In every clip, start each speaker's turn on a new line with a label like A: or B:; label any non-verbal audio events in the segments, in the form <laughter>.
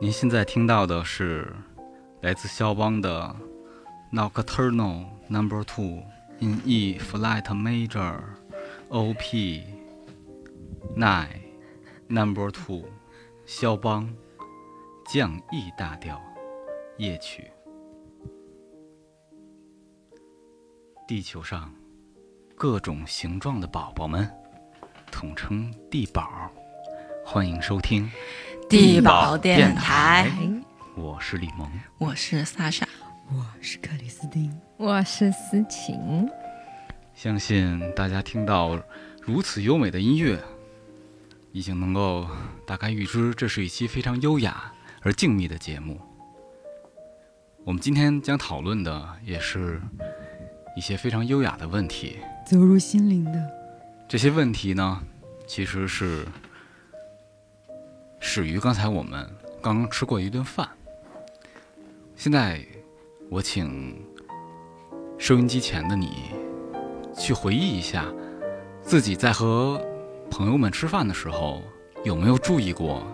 A: 您现在听到的是来自肖邦的 Nocturnal Number Two in E Flat Major OP Nine Number Two，肖邦降 E 大调夜曲。地球上各种形状的宝宝们，统称地宝。欢迎收听，
B: 地
A: 宝
B: 宝
A: 电
B: 电台，
A: 我是李萌。
B: 我是萨莎。
C: 我是克里斯汀，
D: 我是思晴，
A: 相信大家听到如此优美的音乐，已经能够大概预知这是一期非常优雅而静谧的节目。我们今天将讨论的也是一些非常优雅的问题。
C: 走入心灵的
A: 这些问题呢，其实是始于刚才我们刚刚吃过一顿饭。现在，我请收音机前的你去回忆一下，自己在和朋友们吃饭的时候，有没有注意过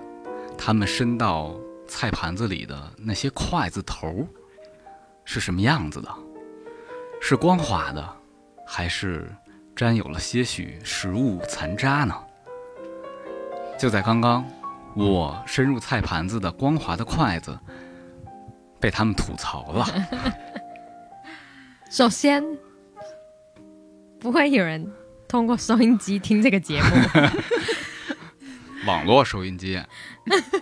A: 他们伸到菜盘子里的那些筷子头儿是什么样子的？是光滑的，还是沾有了些许食物残渣呢。就在刚刚，我伸入菜盘子的光滑的筷子被他们吐槽
E: <laughs>
A: 了。
D: 首先不会有人通过收音机听这个 <laughs> 节目，
A: 网络收音机，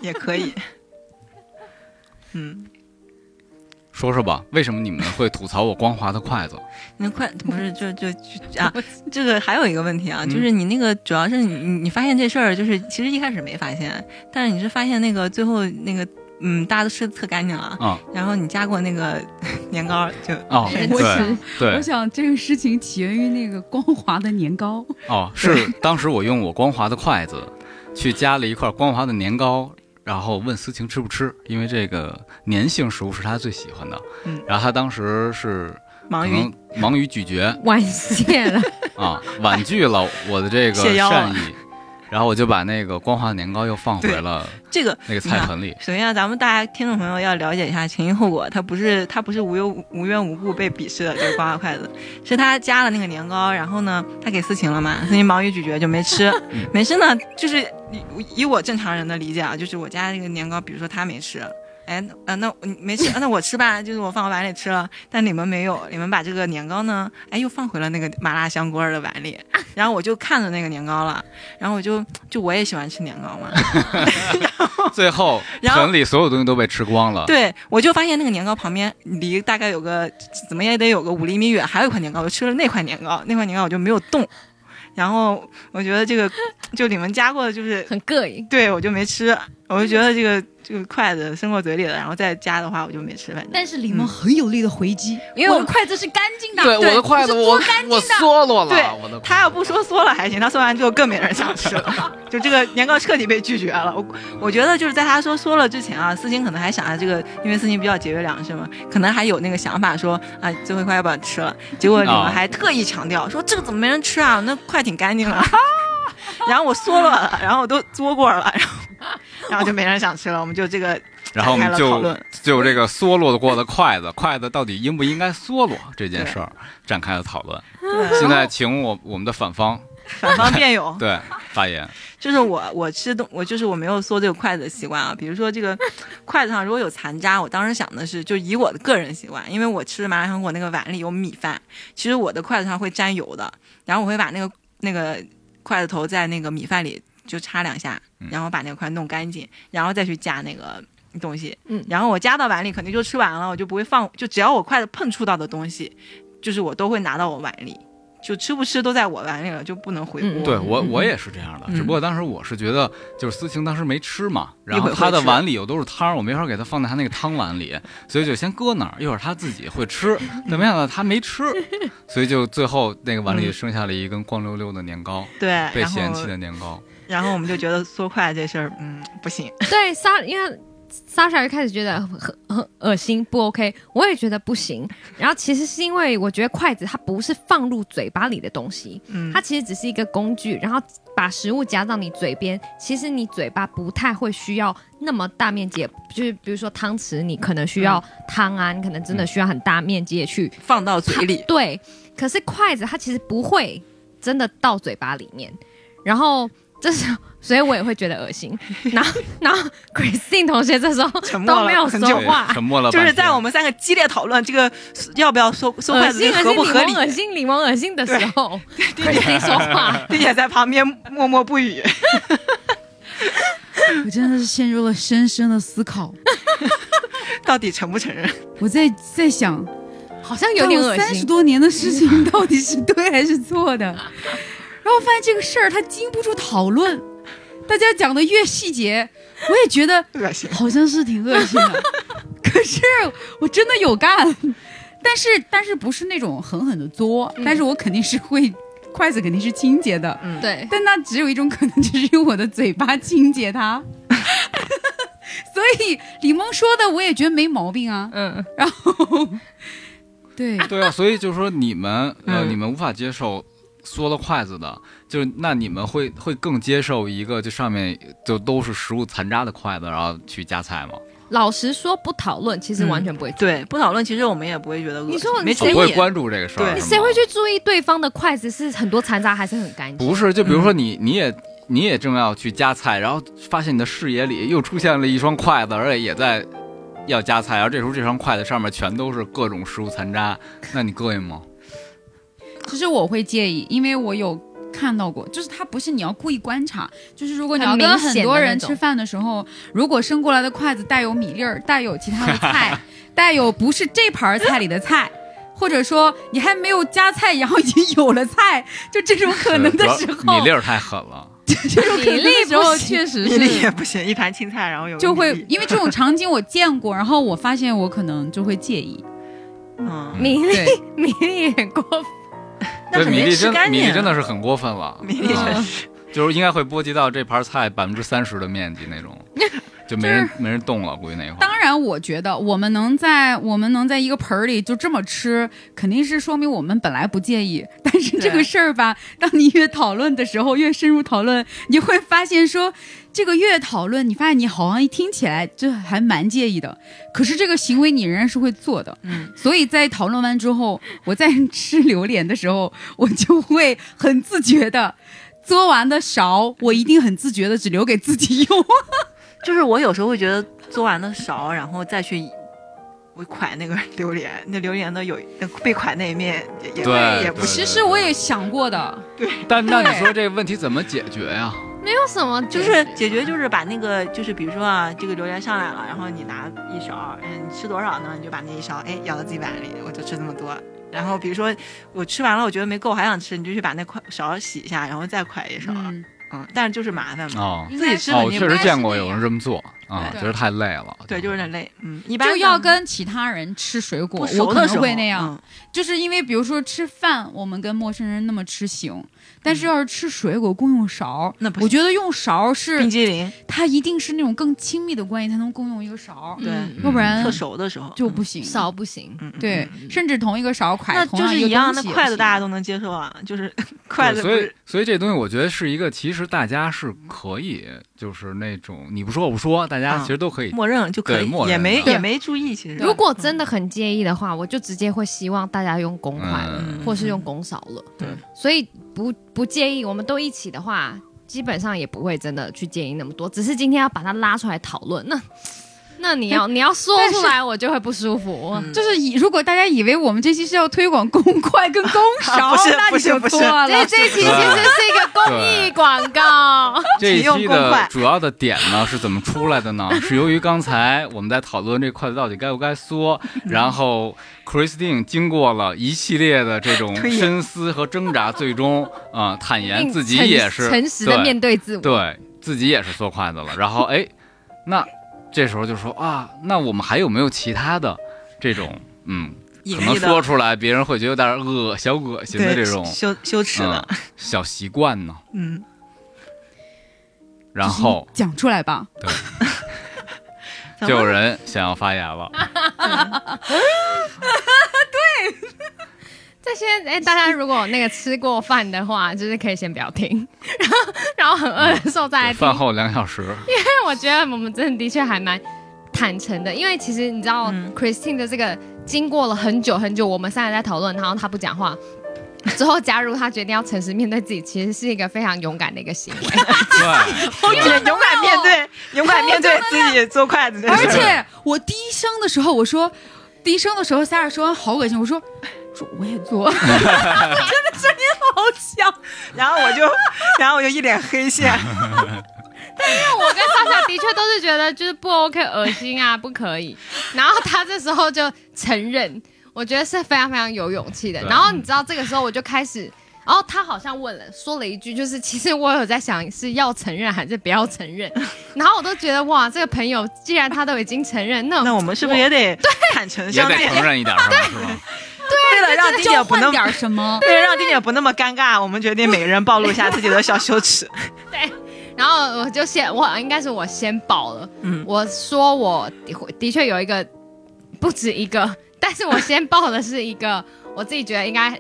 E: 也可以。嗯，
A: 说说吧，为什么你们会吐槽我光滑的筷子？
E: 那快不是就就就啊，这个还有一个问题啊，
A: 嗯
E: 就是你那个主要是你你你发现这事儿，就是其实一开始没发现，但是你是发现那个最后那个嗯，大家都吃的特干净了，
A: 啊、
E: 然后你加过那个 <laughs> 年糕就
A: 哦，
E: <laughs> 神
C: 我
A: 对
C: 想我
A: 对，
C: 想这个事情起源于那个光滑的年糕，
A: 哦，是当时我用我光滑的筷子去夹了一块光滑的年糕。然后问思晴吃不吃，因为这个粘性食物是她最喜欢的。
E: 嗯
A: 然后她当时是
E: 忙
A: 可
E: 于
A: 能忙于咀嚼，
D: 晚谢了。
A: 啊，婉拒了我的这个
E: 谢邀
A: 善
E: 了
A: 意，然后我就把那个光滑年糕又放回了
E: 这个
A: 那个菜盆
E: <laughs>
A: 里。
E: 首先啊，咱们大家听众朋友要了解一下前因后果，他不是他不是无忧无缘无故被鄙视的这个光滑筷子，是他加了那个年糕，然后呢，他给思晴了嘛，思晴忙于咀嚼就没吃
A: 嗯，
E: 没吃呢，就是以以我正常人的理解啊，就是我家这个年糕，比如说他没吃。哎，啊、那我没吃、啊那我吃吧，就是我放我碗里吃了，但你们没有，你们把这个年糕呢，哎，又放回了那个麻辣香锅儿的碗里，然后我就看着那个年糕了，然后我就就我也喜欢吃年糕嘛，
A: 最后
E: 然后
A: 盆里所有东西都被吃光了。
E: 对，我就发现那个年糕旁边离大概有个怎么也得有个五厘米远，还有一块年糕，我吃了那块年糕，那块年糕我就没有动。然后我觉得这个就你们夹过
D: <laughs>
E: 的，就是
D: 很膈应，
E: 对我就没吃，我就觉得这个这个筷子伸过嘴里了，然后再夹的话我就没吃，反正
C: 但是李梦很有力的回击，
D: 因为嗯我
C: 的筷子是干净的，
A: 我的筷子我我嗦落
E: 对
A: 我的筷子
E: 他要不说缩了还行，他缩完之后更没人想吃
A: <laughs>
E: 了，就这个年糕彻底被拒绝了。我我觉得就是在他说缩了之前啊，思晴可能还想着这个，因为思晴比较节约粮食嘛，可能还有那个想法说啊，最后一块要不要吃了？结果你
A: 啊
E: 们还特意强调说这个怎么没人吃啊？那块挺干净了。 <laughs> 然后我缩了了，然后我都嘬过了，然后然后就没人想吃了，我们就这个
A: 然后我们
E: 展开了讨
A: 就
E: 论。
A: 就这个嗦落过的筷子，筷子到底应不应该嗦落这件事儿展开了讨论。
E: 对
A: 现在请我我们的反方
E: 反方辩友，
A: 对发言。
E: 就是我我吃东我就是我没有嗦这个筷子的习惯啊。比如说这
D: <laughs>
E: 个筷子上如果有残渣，我当时想的是，就以我的个人习惯，因为我吃麻辣香锅那个碗里有米饭，其实我的筷子上会沾油的，然后我会把那个那个筷子头在那个米饭里就插两下
A: 嗯，
E: 然后把那个筷弄干净，然后再去加那个。东西，
D: 嗯
E: 然后我夹到碗里肯定就吃完了，我就不会放，就只要我筷子碰触到的东西，就是我都会拿到我碗里，就吃不吃都在我碗里了，就不能回
D: 嗯
E: 锅。
A: 对我我也是这样的，
E: 嗯
A: 只不过当时我是觉得，就是思晴当时没吃嘛，然
E: 一
A: 后
E: 会儿会
A: 她的
E: 吃
A: 碗里有都是汤，我没法给她放在她那个汤碗里，所以就先搁那儿，一会儿她自己会吃。但没想到她没
E: <laughs>
A: 吃，所以就最后那个碗里
E: 嗯
A: 剩下了一根光溜溜的年糕，
E: 对，
A: 被
E: 然后 <laughs>
A: 嫌弃的年糕。
E: 然后我们就觉得缩筷这事儿，嗯，不行。
D: 对，沙，因为莎莎一开始觉得很很很恶心，不 OK，我也觉得不行。然后其实是因为我觉得筷子它不是放入嘴巴里的东西，
E: 嗯
D: 它，其实只是一个工具，然后把食物夹到你嘴边，其实你嘴巴不太会需要那么大面积，就是比如说汤匙，你可能需要
E: 嗯
D: 汤啊，你可能真的需要很大面积的去
E: 放到嘴里，
D: 对，可是筷子它其实不会真的到嘴巴里面，然后这时候， <laughs> 所以我也会觉得恶心。然
E: <laughs>
D: 后，然后 Christine 同学这时候
E: 沉默
D: 都
E: 了
D: 没有
E: 很
D: 说
E: 久
A: 对
D: 话，
A: 沉默了半
E: 就
A: 天，
E: 是在我们三个激烈讨论这个要不要收收筷
D: 恶
E: 子这
D: 心
E: 个合不
D: 恶心
E: 合
D: 李
E: 理
D: 萌，恶心李萌恶心的时候，Christine 说
E: <laughs>
D: 话，
E: 并且在旁边默默不语。
C: <laughs> 我真的是陷入了深深的思考。
E: 到底承不承认？
C: 我在在想，
D: 好像有点恶
C: 三十
D: 心。
C: 多年的事情到底是对还是错 <laughs> 的？然后发现这个事儿它经不住讨论，大家讲的越细节，我也觉得 <laughs>
E: 恶心，
C: 好像是挺恶心 <laughs> 的。可是我真的有干，但是但是不是那种狠狠的作，但是我肯定是会，筷子肯定是清洁的。
E: 嗯，，
D: 对，
C: <laughs> 但那只有一种可能，就是用我的嘴巴清洁它。 <laughs> 所以李萌说的，我也觉得没毛病啊。 <laughs>
D: 嗯，
C: 然后，对，
A: 对啊，所以就是说你
E: <laughs>
A: 们呃，
D: 嗯
A: 你们无法接受缩了筷子的，就是那你们会会更接受一个就上面就都是食物残渣的筷子，然后去夹菜吗？
D: 老实说不讨论，其
E: 嗯
D: 实完全不会。
E: 对，不讨论，其实我们也不会觉得恶心。
D: 你说
E: 没
D: 你
E: 诚
A: 我
D: 谁
A: 啊不会
E: 意，
A: 关注这个事儿，
E: 对
A: 是吗
D: 谁会去注意对方的筷子是很多残渣还是很干净？
A: 不是，就比如说你，你也你也正要去夹菜，然后发现你的视野里又出现了一双筷子，而且也在要夹菜，然后这时候这双筷子上面全都是各种食物残渣，那你膈应吗？
C: 其实我会介意，因为我有看到过，就是它不是你要故意观察，就是如果你要
D: 很明
C: 跟很
D: 显的
C: 多人
D: 那种
C: 吃饭的时候，如果伸过来的筷子带有米粒儿，带有其他的
A: <laughs>
C: 菜，带有不是这盘儿菜里的菜。或者说你还没有夹菜，然后已经有了菜，就这种可能的时
A: 主要
C: 候
A: <laughs> 米粒，儿太狠了，
C: 这种可能
D: 比例
C: 的时候
D: 不行
C: 确实
E: 米粒
C: 是
E: 也不行，一盘青菜，然后有
C: 就
E: 米
C: 会
E: 粒，
C: 因为这种场景我见过，然后我发现我可能就会介意。
E: 嗯，
D: 米粒
C: 对，
D: <laughs> 米粒也过分。
E: <laughs> 那
A: 这
E: 肯
A: 米
E: 定
A: 粒
E: 吃
A: 真
E: 干
A: 米
E: 净
A: 粒
E: 啊。
A: 真的是很过分了，
E: 米粒真
A: <laughs> 嗯
E: 是，
A: 就是应该会波及到这盘菜百分之三十的面积那
E: <laughs>
A: 种，就没人没人动了，估计那一块儿。
C: 当然，我觉得我们能在我们能在一个盆儿里就这么吃，肯定是说明我们本来不介意。但是这个事儿吧，当你越讨论的时候，越深入讨论，你会发现说，这个越讨论，你发现你好像一听起来就还蛮介意的，可是这个行为你仍然是会做的。
E: 嗯，
C: 所以在讨论完之后，我在吃榴莲的时候，我 <laughs> 就会很自觉的。嘬完的勺，我一定很自觉的只留给自己用。
E: 就是我有时候会觉得做完的少，然后再去。我蒯那个榴莲，那榴莲的有那被蒯那一面也也
A: 对
E: 也不
A: 对
E: 行，
C: 其实我也想过的，
A: 但那你说这个问题怎么解决呀？
D: 没有什么，
E: 就是解决就是把那个就是比如说啊，这个榴莲上来了，然后你拿一勺，嗯，你吃多少呢？你就把那一勺哎舀到自己碗里，我就吃这么多。然后比如说我吃完了，我觉得没够，还想吃，你就去把那筷勺洗一下，然后再蒯一勺。嗯
C: 嗯，
E: 但是就是麻烦嘛，
A: 哦
E: 自己吃
A: 哦，
E: 的
A: 我
E: 你也
A: 确
E: 不、
A: 实见过
C: 应该是那
A: 有人这么做啊，
C: 对
A: 觉得太累了。
E: 对，就是有点累。嗯，一般
C: 就要
E: 的
C: 跟其他人吃水果
E: 不，
C: 我
E: 熟
C: 可
E: 的时候嗯
C: 能会那样，。就是因为比如说吃饭，我们跟陌生人那么吃行，但是要是吃水果共用勺，
E: 嗯那不行
C: 我觉得用勺
E: 嗯、冰
C: 是
E: 激凌，
C: 它一定是那种更亲密的关系才能共用一个勺，
E: 对
D: 嗯
C: 要不然
E: 特熟的时候
C: 就不行。
D: 少不行。
E: 嗯嗯嗯
C: 对，甚至同一个勺
E: 那
C: 筷，同
E: 就是
C: 一
E: 一
C: 个
E: 样，
C: 东
E: 那
C: 西也
E: 筷子
C: 行
E: 大家都能接受啊，就是 <laughs> 筷
A: 对，
E: 子不
A: 所以
E: 是，
A: 所以这东西我觉得是一个，其实大家是可以，就是那种你不说我不说，大家
E: 啊
A: 其实都可以。
E: 默认就可
A: 对
E: 以
A: 默，
E: 也
A: 认
E: 没
A: 的
E: 也没注意。其实嗯
D: 如果真的很介意的话，我就直接会希望大家用公筷，
A: 嗯
D: 或是用拱勺了。
E: 对
D: 所以不不介意，我们都一起的话，基本上也不会真的去介意那么多。只是今天要把它拉出来讨论，那那你要你要说
C: 但是
D: 出来，我就会不舒服。
E: 嗯
C: 就是以如果大家以为我们这期是要推广公筷跟公勺，
E: <laughs> 不是
C: 那
E: 不
C: 你
E: 是
C: 就
E: 不是
C: 错了。
D: 这这一期其实是一个公益广告，
A: 这一
E: 只用
A: 期
E: 公
A: 的
E: 筷
A: 主要的点呢是怎么出来的呢？是由于刚才我们在讨论这筷子到底该不该
E: <laughs>
A: 缩，然后 Christine 经过了一系列的这种
E: 推演
A: 深思和挣扎，最终啊、呃坦言
D: 并
A: 自己
D: 诚
A: 也是
D: 诚实的
A: 对
D: 面对自我。
A: 对自己也是缩筷子了。然后哎，那这时候就说啊，那我们还有没有其他的这种嗯，
E: 隐
A: 可能
E: 秘的
A: 说出来别人会觉得有点恶小恶心的
E: 对
A: 这种
E: 羞羞耻的，
A: 嗯、小习惯呢？
E: 嗯，
A: 然后
C: 讲出来吧，
E: 怎
A: 就
E: 么
A: 有人想要发言了。
D: 这些哎，大家如果那个吃过饭的话，就是可以先不要听， <laughs> 然后然后很饿的时候再来听。
A: 饭后两小时，
D: 但我觉得我们真的的确还蛮坦诚的，因为其实你知道、
E: 嗯
D: Christine 的这个经过了很久很久，我们三个在讨论，然后他不讲话。之后，假如他决定要诚实面对自己，其实是一个非常勇敢的一个行为。
A: 对，
E: 就是勇敢面对，勇敢面对自己做筷 <laughs> 子的
C: 而
E: 事儿。
C: 且我第一声的时候，我说第一声的时候，萨尔说好恶心，我说说我也做， <laughs> 真的声音好小。
E: <laughs> 然后我就，然后我就一脸黑 <laughs> 线。
D: 我跟莎莎的确都是觉得就是不 OK，恶心啊，不可以。然后他这时候就承认，我觉得是非常非常有勇气的。
A: 对
D: 然后你知道这个时候我就开始，然后他好像问了，说了一句，就是其实我有在想是要承认还是不要承认。然后我都觉得哇，这个朋友既然他都已经承认，那
E: 那我们是不是也得坦诚
A: 也
E: 相
A: 得
E: 见？
A: 承认一点，是吧？是吧？
E: 为了让丁姐
C: 交
E: 不
C: 换
E: 那么，
C: 点什么？
E: 为了让丁姐不那么尴尬，我们决定每个人暴露一下自己的小羞 <laughs> 耻。
D: 然后我就先，我应该是我先爆了。
E: 嗯
D: 我说我的的确有一个，不止一个，但是我先爆的是一个我自己觉得应该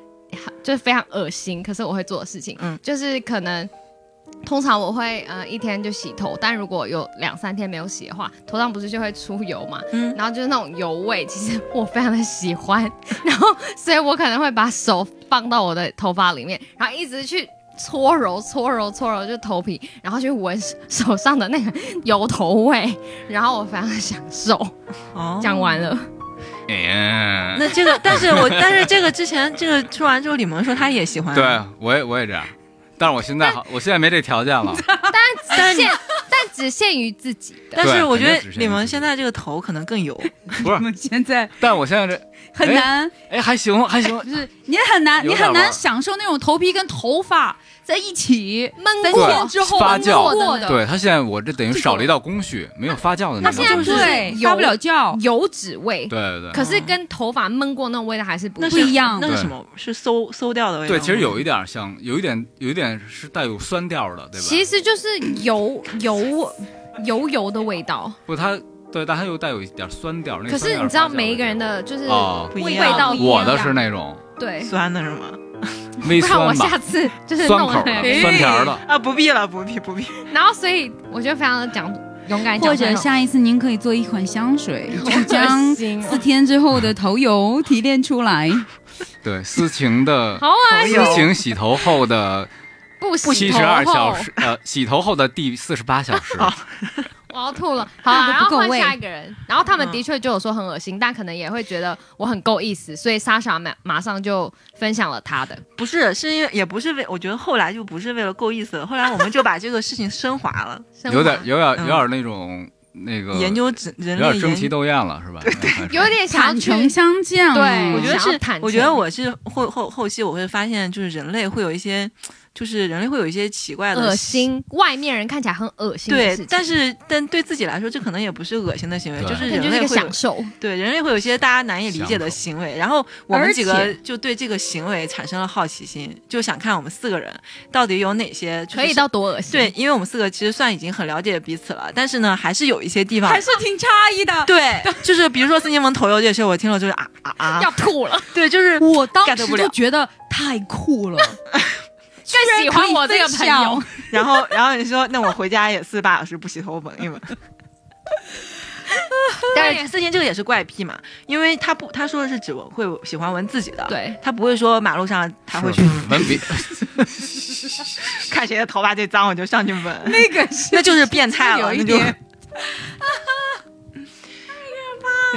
D: 就是非常恶心，可是我会做的事情。
E: 嗯
D: 就是可能通常我会呃一天就洗头，但如果有两三天没有洗的话，头上不是就会出油嘛，
E: 嗯
D: 然后就是那种油味，其实我非常的喜欢，然后所以我可能会把手放到我的头发里面，然后一直去。搓揉搓揉搓揉，就头皮，然后去闻手上的那个油头味，然后我非常地享受。
E: 哦
D: 讲完了，
A: 哎，
E: 那这个，但是我但是这个之前这个说完之后，李萌说她也喜欢，啊
A: 对，我也我也这样，但是我现在好，我现在没这条件了。
D: 但只限但只限于自己的。
E: 但是我觉
A: 对
E: 得
A: 肯定只是
E: 李萌现在这个头可能更油，
A: 不
C: 我
A: 是，
C: 们现在
A: 但我现在这
C: 很难，
A: 哎还行还行，
C: 就是你很难，
A: 有
C: 你
A: 点
C: 很难
A: 玩
C: 享受那种头皮跟头发在一起
D: 闷
C: 三
A: 过
C: 天之后
A: 发酵
C: 闷过的，
A: 对他现在我这等于少了一道工序，没有发酵的那
D: 他
A: 道
D: 现在
A: 工序。
D: 不
A: 对
C: 对发不了觉，
D: 油脂味，
A: 对对
D: 可是跟头发闷过那种味道还是不
E: 那
D: 一
E: 是
C: 不一样
E: 那是
A: 对
E: 什么？是馊馊掉的味道吗。
A: 对，其实有一点像，有一点有一点是带有酸调的，对吧？
D: 其实就是油油油油的味道。
A: 不，它对，但它又带有一点酸调。那个
D: 可
A: 酸
D: 是
A: 调
D: 你知道
A: 发酵
D: 每一个人的就是
A: 那种哦，
E: 不一
D: 味
E: 样
D: 道不一样
A: 我的是那种
D: 对，
E: 酸的是吗？
A: 微
D: <laughs> 不然我
A: 酸吧
D: 下，次就是
A: 酸
D: 弄
A: 口
D: 了
A: 的
D: 那
E: 哎
D: 个。
A: 酸甜儿的。
E: 啊，不必了，不必不必。
D: 然后所以我就非常的讲勇敢讲，
C: 或者下一次您可以做一款香水，就
D: 将
C: 将四天之后的头油提炼出来。
A: 对，思晴的
D: 好啊，
A: 思晴洗头后的
D: <laughs> 不
A: 七
D: 洗头
A: 十二
D: 后哦
A: 小时，呃，洗头后的第四十八小
D: <laughs>
A: 时。
D: 我要吐了。好啊，
C: 那
D: 然
C: 个不
D: 后
C: 够
D: 换
C: 味
D: 下一个人。然后他们的确就有说很恶心，但可能也会觉得我很够意思，所以莎莎马马上就分享了他的。
E: <laughs> 不是，是因为也不是为，我觉得后来就不是为了够意思了，后来我们就把这个事情升华了，
A: <laughs>
D: 升华
A: 有点有点有
E: 嗯
A: 点那种那个
E: 研究人人
A: 嗯有
E: 类
A: 点争奇
E: 研。
A: 斗艳了，是
E: <laughs>
A: 吧？开始
D: 有点想
C: 坦诚
D: 去
C: 相见了，
D: 对
E: 我觉得
D: 想要
E: 是
D: 坦，
E: 我觉得
D: 诚
E: 我是后后后期我会发现，就是人类会有一些，就是人类会有一些奇怪的
D: 恶。心，外面人看起来很恶心的
E: 对
D: 事情，，
E: 但是但对自己来说，这可能也不是恶心的行为，
A: 对
E: 就是
D: 那
E: 人
D: 就是一
E: 类
D: 个
E: 会有
D: 享受。
E: 对人类会有一些大家难以理解的行为，然后我们
D: 而
E: 几个
D: 且
E: 就对这个行为产生了好奇心，就想看我们四个人到底有哪些、就是、
D: 可以到多恶心？
E: 对，，因为我们四个其实算已经很了解彼此了，但是呢，还是有一些地方
C: 还是挺差异的。
E: 对，就是比如说斯柠檬头油这个事儿，我听了就是啊啊啊，
D: 要吐了，
E: 对，就是
C: <laughs> 我当
E: get
C: 时
E: 不了
C: 就觉得太
E: <laughs>
C: 酷了，
D: 更喜欢我这个朋友。
E: 然后然后你说那我回家也四十八小时不洗头闻一
C: <laughs>
E: 闻，但是思琴这个也是怪癖嘛，因为他不他说的是只闻会喜欢闻自己的，，
D: 对，
E: 他不会说马路上他会去
A: 文笔 <laughs>
E: 看谁的头发最脏我就上去闻，
C: 那个是
E: <laughs> 那就是变态了，
C: 有
E: 那
C: 一
E: 就。
C: 点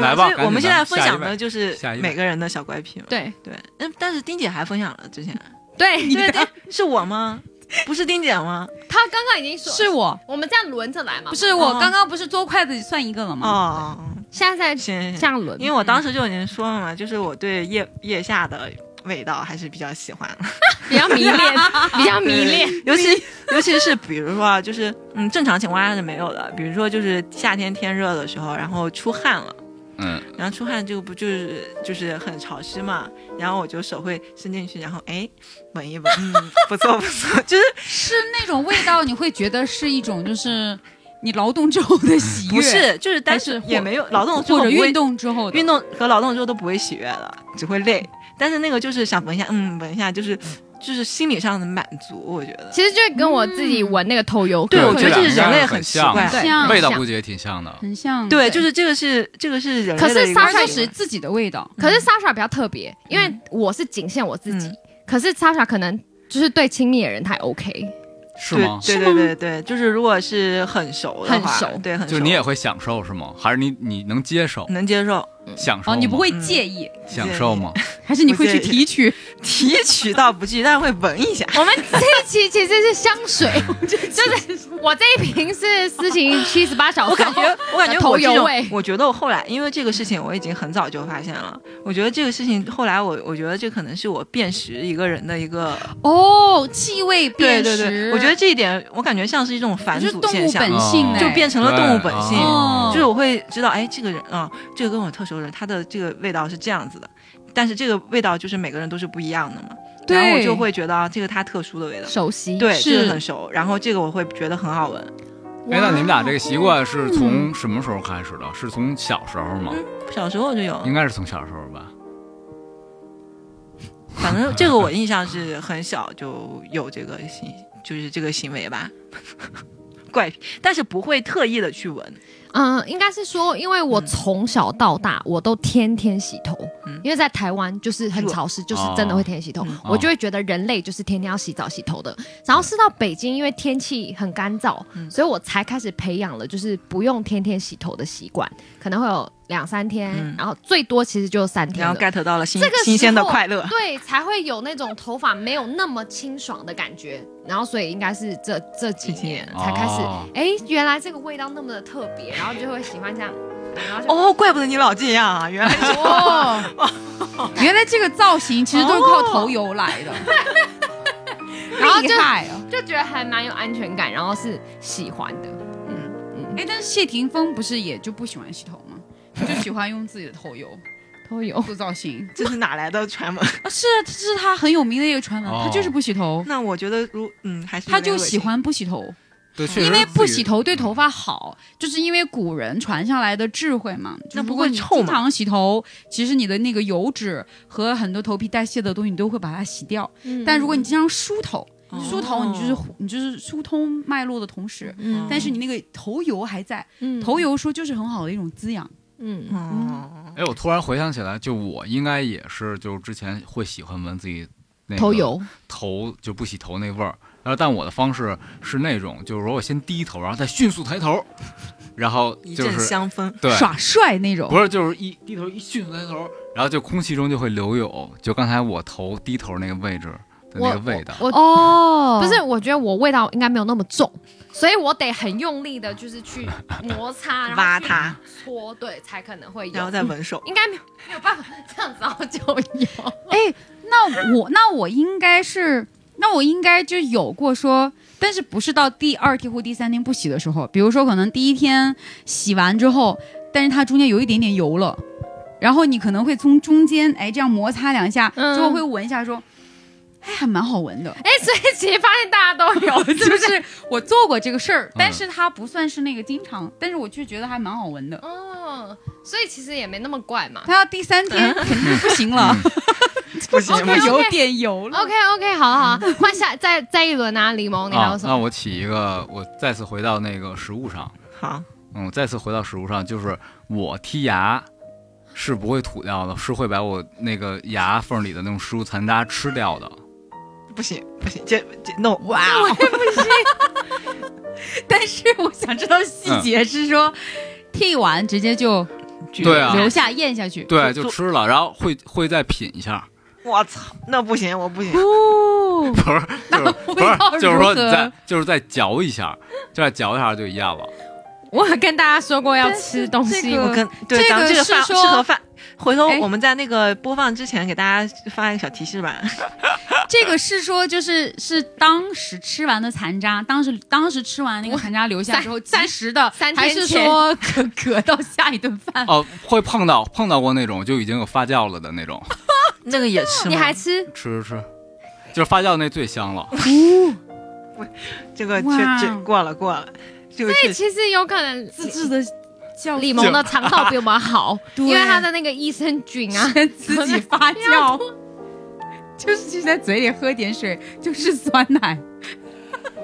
A: 来吧
E: 所以我
A: 赶紧
E: 们现
A: 来
E: 在分
A: 下一
E: 享
A: 位
E: 的就是
A: 下一位
E: 每个人的小怪癖嘛。
D: 对，
E: 对，嗯，但是丁姐还分享了之
C: <laughs>
E: 前，
D: 对，
E: 对对，是我吗？不是丁姐吗？
D: 他刚刚已经说，
C: <laughs> 是我，
D: 我们这样轮着来嘛，
C: 不是
E: 嗯
C: 我刚刚不是做筷子算一个了 <laughs> 吗？
E: 哦，
D: 现在在
E: 行行
D: 这
E: 行，
D: 样轮，
E: 嗯因为我当时就已经说了嘛，就是我对腋腋下的味道还是比较喜欢的，
D: 比较迷
E: <laughs>
D: 恋，比较迷恋，
E: 对，尤其尤其是比如说啊，就是嗯，正常情况下是没有的，比如说就是夏天天热的时候，然后出汗了。
A: 嗯，
E: 然后出汗这个不就是就是很潮湿嘛，然后我就手会伸进去，然后哎闻一闻，嗯，不错不错，就是
C: 是那种味道，你会觉得是一种就是。你劳动之后的喜悦，
E: <laughs> 不
C: <laughs>
E: 是，就是但
C: 还是或
E: 也没有劳动之
C: 或
E: 后
C: 者
E: 不会
C: 运动之后的
E: 运动和劳动之后都不会喜悦的，只会累。但是那个就是想闻一下，嗯，闻一下就是就是心理上的满足，我觉得。
D: 其实就是跟我自己闻那个头油，
E: 对，
A: 对
E: 我觉得
A: 这
E: 这
A: 两
E: 是
A: 个
E: 人类
A: 是很
E: 奇
A: 像
E: 怪
A: 的
E: 的。
C: 对
D: 嗯
C: 像
A: 味道估计也挺像的。
C: 很像
E: 对，
D: 对
E: 就是这个是这个是人类
D: 可
E: 的
D: 是
E: 一个
D: 萨
E: 行
D: 沙
E: 为。
C: 它是自己的味道，
D: 可是 Sasha 比较特别，因
A: 嗯
D: 为我是仅限我自己，可是 Sasha 可能就是对亲密的人才 OK，
A: 是
E: 对
A: 吗？
E: 对对对对，就是如果是很熟的话，
D: 很熟
E: 对很熟，
A: 就是你也会享受是吗？还是你你能接受
E: 能接受
A: 享受
C: 哦，
A: 吗？
C: 你不会介意，
A: 享受吗？
C: 还是你会去
E: 嗯不介意 <laughs>
C: 提取？
E: 提取倒不至于，但是会闻一下。
D: 我们这一期其实是香
A: <laughs>
D: 水，就是我这一瓶是思晴七十八小时，
E: 我感觉，我感觉
D: 头
E: 我这
D: 油
E: 种
D: 味，
E: 我觉得我后来因为这个事情，我已经很早就发现了。我觉得这个事情后来我，我觉得这可能是我辨识一个人的一个，
C: 哦，气味
E: 对
C: 辨
E: 对
C: 识，
E: 对，我觉得这一点，我感觉像是一种
C: 我
E: 返
C: 觉
E: 祖
C: 得动
E: 现
C: 物
E: 象
C: 本。性
A: 哦
C: 哎
E: 就变成了动物本性
A: 对哦
E: 就是我会知道，哎，这个人啊、这个跟我特熟的人，他的这个味道是这样子的，但是这个味道就是每个人都是不一样的嘛。
C: 对
E: 然后我就会觉得啊，这个他特殊的味道，
D: 熟悉，
E: 对，这
C: 是
E: 个很熟。然后这个我会觉得很好闻，
A: 哎，那你们俩这个习惯是从什么时候开始的？是从小时候吗？
E: 小时候就有，
A: 应该是从小时候吧。
E: 反正这个我印象是很小就有这个行，就是这个行为吧， <laughs> 怪癖，但是不会特意的去闻。
D: 嗯，应该是说，因为我从小到大我都天天洗头，
E: 嗯
D: 因为在台湾就是很潮湿，就是真的会天天洗头，
E: 嗯
D: 我就会觉得人类就是天天要洗澡洗头的。然后是到北京，因为天气很干燥，
E: 嗯
D: 所以我才开始培养了就是不用天天洗头的习惯，可能会有两三天，
E: 嗯
D: 然后最多其实就三天
E: 然
D: 了
E: 后 get 到了新
D: 这个时候
E: 新鲜的快乐，
D: 对，才会有那种头发没有那么清爽的感觉，然后所以应该是这这几
E: 这几
D: 年
E: 年
D: 才开始
A: 哦，
D: 哎、原来这个味道那么的特别，然后就会喜欢这样，然后就
E: 哦，怪不得你老这样啊，原来是
C: 哦，原来这个造型其实都是靠头油来 <laughs> 的，
D: 然后就
C: 厉害啊！
D: 就觉得还蛮有安全感，然后是喜欢的。
C: 哎，但是谢霆锋不是也就不喜欢洗头吗？就喜欢用自己的 <laughs> 头油
D: 都有，
C: 做造型
E: 这是哪来的传闻？
C: 啊，是啊，这是他很有名的一个传闻，
A: 哦
C: 他就是不洗头，
E: <laughs> 那我觉得如嗯，还是
C: 他
E: 有点
C: 就
E: 恶
C: 喜
E: 心
C: 欢不洗头，
A: 对，确实
C: 因为不洗
A: 自己
C: 头对头发好，就是因为古人传下来的智慧嘛。就
E: 那不
C: 如果
E: 会
C: 你
E: 臭
C: 经
E: 吗
C: 常洗头，其实你的那个油脂和很多头皮代谢的东西，你都会把它洗掉。
E: 嗯
C: 但如果你经常梳头，
E: 哦
C: 梳头你就是你就是疏通脉络的同时，
E: 嗯
C: 但是你那个头油还在，
D: 你
C: 头，油说就是很好的一种滋养。
D: 嗯，
E: 哦，
A: 哎，我突然回想起来，就我应该也是，就之前会喜欢闻自己那个
D: 头油，
A: 头就不洗头那味儿。然后，但我的方式是那种，就是说我先低头，然后再迅速抬头，然后
E: 一
A: 就
E: 阵
A: 是
E: 香氛，
A: 对，
C: 耍帅那种。
A: 不是就是一哦低头一迅速抬头，然后就空气中就会留有就刚才我头低头那个位置的那个味道。
D: 我
C: 哦，
D: 不是，我觉得我味道应该没有那么重，所以我得很用力的，就是
A: <laughs>
D: 去摩擦，然后
E: 挖
D: 去
E: 它，
D: 搓，对，才可能会有，
E: 然后再闻手。
D: 应该没有没有办法这样子，然后就有。
C: 哎，那我那我应该是，那我应该就有过说，但是不是到第二天或第三天不洗的时候，比如说可能第一天洗完之后，但是它中间有一点点油了，然后你可能会从中间哎这样摩擦两下，
D: 嗯
C: 之后会闻一下说。哎，还蛮好闻的，
D: 哎，所以其实发现大家都有，
C: <laughs>
E: <laughs>
C: 就是我做过这个事
A: 嗯
C: 儿，但是它不算是那个经常，但是我却觉得还蛮好闻的。
D: 嗯，所以其实也没那么怪嘛。
C: 它要第三天肯定就不行了，
E: <laughs>
A: 嗯
E: 不行
C: <laughs> 就
E: 不行
C: 有点油了。
D: OK OK，好 <laughs> 好，好换下再再一轮啊，柠檬，你还
A: 啊
D: 有，什
A: 那
D: 么？
A: 我起一个，我再次回到那个食物上，
E: 好，
A: 嗯，我再次回到食物上，就是我剔牙是不会吐掉的，是会把我那个牙缝里的那种食物残渣吃掉的。
E: 不行不行，这这 no，哇，
C: <laughs> 但是我想知道细
A: 嗯
C: 节是说，剃完直接就
A: 对啊
C: 留下咽下去。
A: 对，
E: 就
A: 就吃了，然后会会再品一下，
E: 我操，那不行我不行，
C: 哦，
A: 不是，就是不
C: 味道
A: 是，就是说
C: 如何
A: 你再就是再嚼一下，就再嚼一下就咽了。
D: 我有跟大家说过要吃东
C: 但是
D: 西，
C: 这个
D: 我
E: 我跟对
C: 这
E: 咱们
C: 个
E: 这个
C: 是
E: 饭适
C: 说
E: 合饭，回头
C: 哎
E: 我们在那个播放之前给大家发一个小提示吧。
C: 这个是说就是是当时吃完的残渣，当时当时吃完那个残渣留下之 <laughs> 后，
D: 三
C: 暂时的，
D: 三
C: 还
D: 天前
C: 是说隔隔到下一顿饭？
A: 哦，会碰到碰到过那种就已经有发酵了的那种，
E: <laughs> 那个也吃吗？
D: 你还吃？
A: 吃吃吃，就是发酵那最香了。
E: 这个确
C: 哇
E: 这过了过了，就是
D: 对，其实有可能
F: 自制的酵
D: 李萌的肠道比我们好，因为他的那个益生菌啊，
C: <laughs> 自己发酵，就是就在嘴里喝点水，就是酸奶。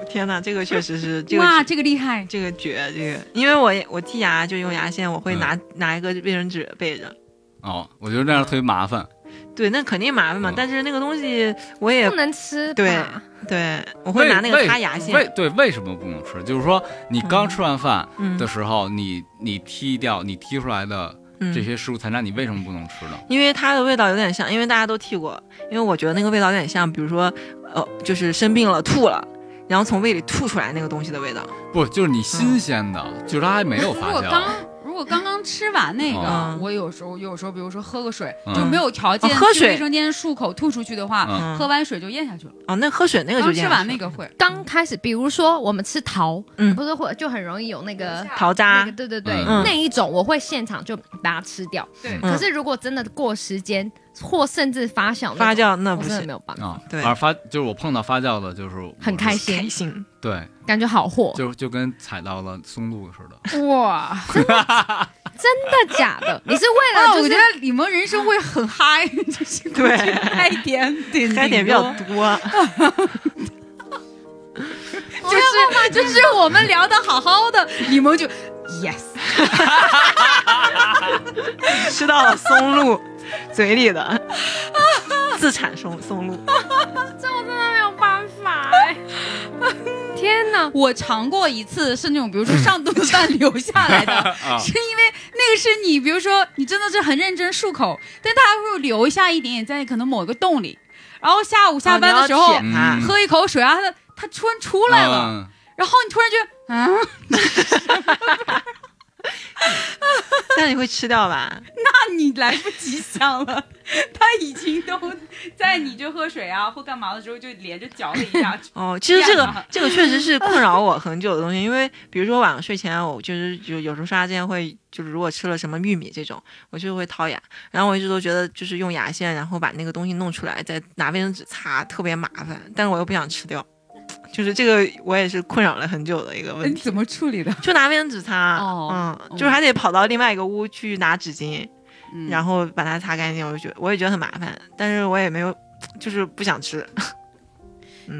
E: 天哪，这个确实是这个
C: 哇，这个厉害！
E: 这个绝这个，因为我也我剔牙就用牙线，我会
A: 嗯
E: 拿、拿一个卫生纸备着。
A: 哦，我觉得这样特别麻烦。
E: 对，那肯定麻烦嘛。
A: 嗯
E: 但是那个东西我也
D: 不能吃吧。
E: 对对，我会拿那个
A: 为
E: 擦牙线。
A: 为对，为什么不能吃？就是说你刚吃完饭
E: 嗯
A: 的时候，你你剔掉你剔出来的
E: 嗯
A: 这些食物残渣，你为什么不能吃呢？
E: 因为它的味道有点像，因为大家都剃过，因为我觉得那个味道有点像，比如说，呃，就是生病了吐了，然后从胃里吐出来那个东西的味道。
A: 不，就是你
E: 嗯
A: 新鲜的，就是它还没有
C: 如
A: 发
C: 果刚
A: 酵。
C: 如果刚刚吃完那个
E: 嗯，
C: 我有时候有时候比如说喝个水，
A: 嗯
C: 就没有条件
E: 哦喝
C: 去
E: 水
C: 卫生间漱口吐出去的话，
A: 嗯
E: 嗯
C: 喝完水就咽下去了。
E: 哦，那喝水那个就
C: 刚
E: 这
C: 吃
E: 样
C: 完那个会，
D: 刚开始，比如说我们吃桃，
E: 嗯啊
D: 不是会就很容易有那个
E: 桃
D: 那
E: 渣
D: 个，，对对对，
A: 嗯
D: 那一种我会现场就把它吃掉。
C: 对
E: 嗯
D: 可是如果真的过时间或甚至发酵那种，
E: 发酵那
D: 我
E: 不
D: 真的
E: 行
D: 没，有办法，
A: 啊，
E: 对
A: 而发就是我碰到发酵的，就是我
D: 很开心
E: 开心。
A: 对，
D: 感觉好货，
A: 就就跟踩到了松露似的。
C: 哇！
D: 真的假的？你是为
C: 啊，
D: 了就
C: 我
D: 是
C: 觉得李萌人生会很嗨， <laughs> 就是
E: 对
C: <laughs> 嗨点顶
E: <laughs> 开点比较
C: 多
E: 多，
C: 就是嘛，就是我们聊的好好的，李萌就 yes，
E: 吃到了松露，嘴里
C: <laughs>
E: 的自产松松露。
D: 没有办法、哎 <laughs> 天哪！
C: 我尝过一次是那种，比如说上顿饭留下来
E: <laughs>
C: 的，
A: 啊，
C: 是因为那个是你，比如说你真的是很认真漱口，但它还会留下一点点在可能某个洞里，然后下午下班的时候、
E: 哦你要舔啊它
A: 嗯
C: 喝一口水啊，它它突然出来了，
A: 嗯
C: 然后你突然觉得啊，
E: 那你会吃掉吧？
C: 那你来不及想了， <laughs> 它已经都在你就喝水啊或干嘛的时候就连着嚼了一
E: <laughs>
C: 下，
E: <laughs> 哦，其实这
C: 一样
E: 个
C: 的
E: 这个确实是困扰我很久的东西，因为比如说晚上睡前，我就是就有时候刷牙之前会，就是如果吃了什么玉米这种，我就会掏牙，然后我一直都觉得就是用牙线，然后把那个东西弄出来，再拿卫生纸擦，特别麻烦，但是我又不想吃掉，就是这个我也是困扰了很久的一个问
C: 哎你
E: 题，
C: 怎么处理的？
E: 就拿卫生纸擦，
C: 嗯哦
E: 嗯，就是还得跑到另外一个屋去拿纸巾，
C: 嗯
E: 然后把它擦干净，我就觉得我也觉得很麻烦，但是我也没有，就是不想吃，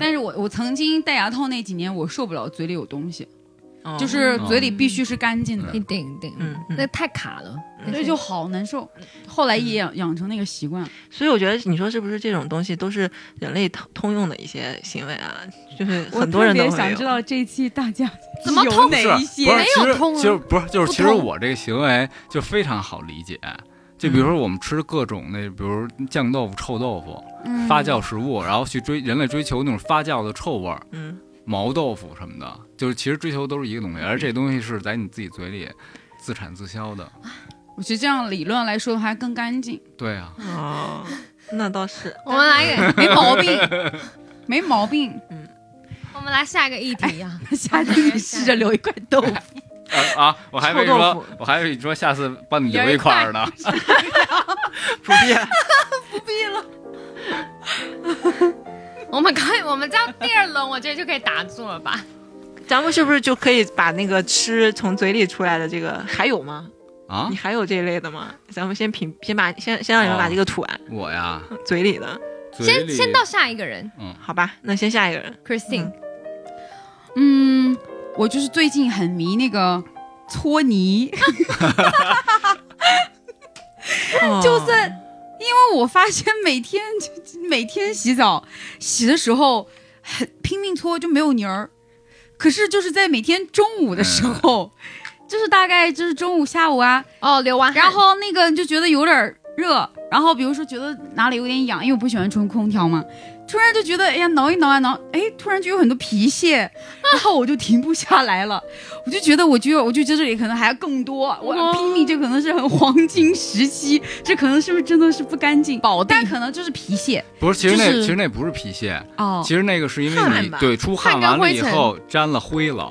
C: 但是我我曾经戴牙套那几年，我受不了嘴里有东西，
E: 嗯
C: 就是嘴里必须是干净的，
D: 一定一定，
E: 嗯嗯
D: 那太卡了，
A: 嗯
C: 所以就好难受。后来也养养成那个习惯，
E: 所以我觉得你说是不是这种东西都是人类通通用的一些行为啊？就是很多人都
C: 我特别
E: 会
C: 想
E: 有
C: 知道这期大家
D: 怎么
C: 有
D: 痛
C: 哪一
A: 不
C: 些？
A: 是，其
D: 没有
A: 实
D: 通啊
A: 其实不是，就是
D: 不
A: 其实
D: 通
A: 我这个行为就非常好理解。就比如说我们吃各种那，比如酱豆腐、臭豆腐、
C: 嗯
A: 发酵食物，然后去追人类追求那种发酵的臭味儿，
E: 嗯，
A: 毛豆腐什么的，就是其实追求都是一个东西，而这东西是在你自己嘴里自产自销的。
C: 我觉得这样理论来说的话更干净，
A: 对啊，
E: 哦，那倒
C: <laughs>
E: 是。
D: 我们来给
C: 没毛
A: <laughs>
C: 病，没毛病。
D: 我们来下一个议题啊， <laughs>
A: 嗯
C: 下次你试着留一块豆腐，
A: 啊啊！我还以为
E: 臭豆
A: 说
E: 腐，
A: 我还以为你说下次帮你留一块儿呢。
E: 不变。
D: 我们可以，我们这样第二轮我觉得就可以打住了吧？
E: 咱们是不是就可以把那个吃从嘴里出来的这个还有吗？
A: 啊
E: 你，还有这一类的吗？咱们先品，先把先先让你们把
C: 哦
E: 这个吐完、
A: 我呀，
E: 嘴里的，
A: 嘴
D: 先
A: 里
D: 先到下一个人
E: 好吧？那先下一个
C: <laughs>
E: 人，
D: ，Christine，
C: 嗯，我就是最近很迷那个搓泥。
E: 哦
C: 就算因为我发现每天就每天洗澡洗的时候很拼命搓就没有泥儿，可是就是在每天中午的时候，就是大概就是中午下午啊，
D: 哦，刘完汗，
C: 然后那个就觉得有点儿热，然后比如说觉得哪里有点痒，因为我不喜欢吹空调嘛，突然就觉得哎呀挠一挠啊挠，哎突然就有很多皮屑，然后我就停不下来了，我就觉得我就我就觉得这里可能还要更多，我要拼命，这可能是很黄金时期，这可能是不是真的是不干净，保但可能就是皮屑
A: 不是，其实那
C: 就是
A: 其实那不是皮屑，啊
C: 哦
A: 其实那个是因为
E: 汗
A: 你
E: 吧
A: 对出汗
D: 汗跟
A: 完了
D: 灰
A: 以
D: 尘
A: 后沾了灰了，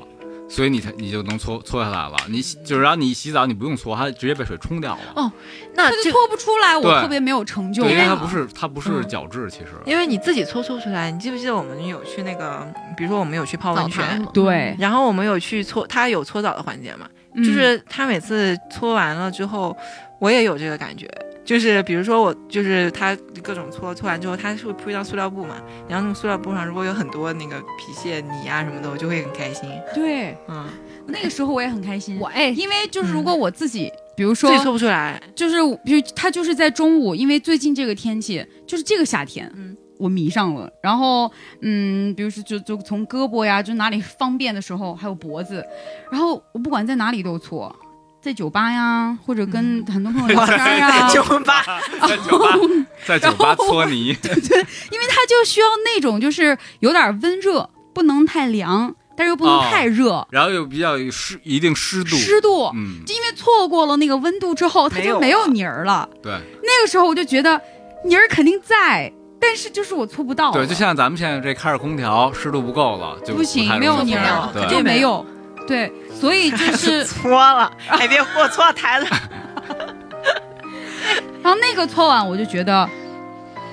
A: 所以你才你就能搓搓下来了。你洗就是让你洗澡，你不用搓，它直接被水冲掉了。
C: 它
F: 那
C: 就
F: 这
C: 搓不出来，我
A: 对
C: 特别没有成就
A: 对，因为它
C: 感。
A: 不是它不是
F: 嗯
A: 角质，其实
F: 因为你自己搓搓出来，
E: 你记不记得我们有去那个，比如说我们有去泡
D: 澡
E: 温
D: 堂
E: 泉，
D: 嘛
C: 对，
E: 然后我们有去搓，他有搓澡的环节嘛？
C: 嗯
E: 就是他每次搓完了之后，我也有这个感觉。就是比如说我，就是他各种搓，搓完之后他是会铺一张塑料布嘛，然后那个塑料布上如果有很多那个皮屑、泥啊什么的，我就会很开心。
C: 对
E: 嗯，
C: 那个时候我也很开心
D: 我，哎，
C: 因为
A: 嗯
C: 就是如果我自己，比如
E: 自
C: 说
E: 己搓不出来，
C: 就是比如他就是在中午，因为最近这个天气，就是这个夏天，
E: 嗯，
C: 我迷上了。然后，嗯，比如说就就从胳膊呀，就哪里方便的时候，还有脖子，然后我不管在哪里都搓，在酒吧呀，或者跟很
A: <laughs>
C: 多朋友聊天儿啊，
E: 九八
A: 在酒嗯吧在酒吧搓泥，
C: <laughs> 因为它就需要那种就是有点温热，不能太凉，但是又不能
A: 哦
C: 太热，
A: <laughs> 然后又比较有湿一定湿度，
C: 湿度。
A: 嗯，
C: 就因为错过了那个温度之后，它
E: 没有
C: 就没有泥儿了。
A: 对
C: 那个时候我就觉得泥儿肯定在，但是就是我搓不到了。
A: 对，就像咱们现在这开着空调，湿度不够了，就
C: 不行
A: 太，
C: 没
A: 容易搓出
C: 有泥
A: 来
C: 儿
A: 了，
C: 肯
A: 对
C: 定没有。对，所 <laughs> 以就是，
E: 搓了，哎，别给我搓到台子。
C: 然后那个搓完我就觉得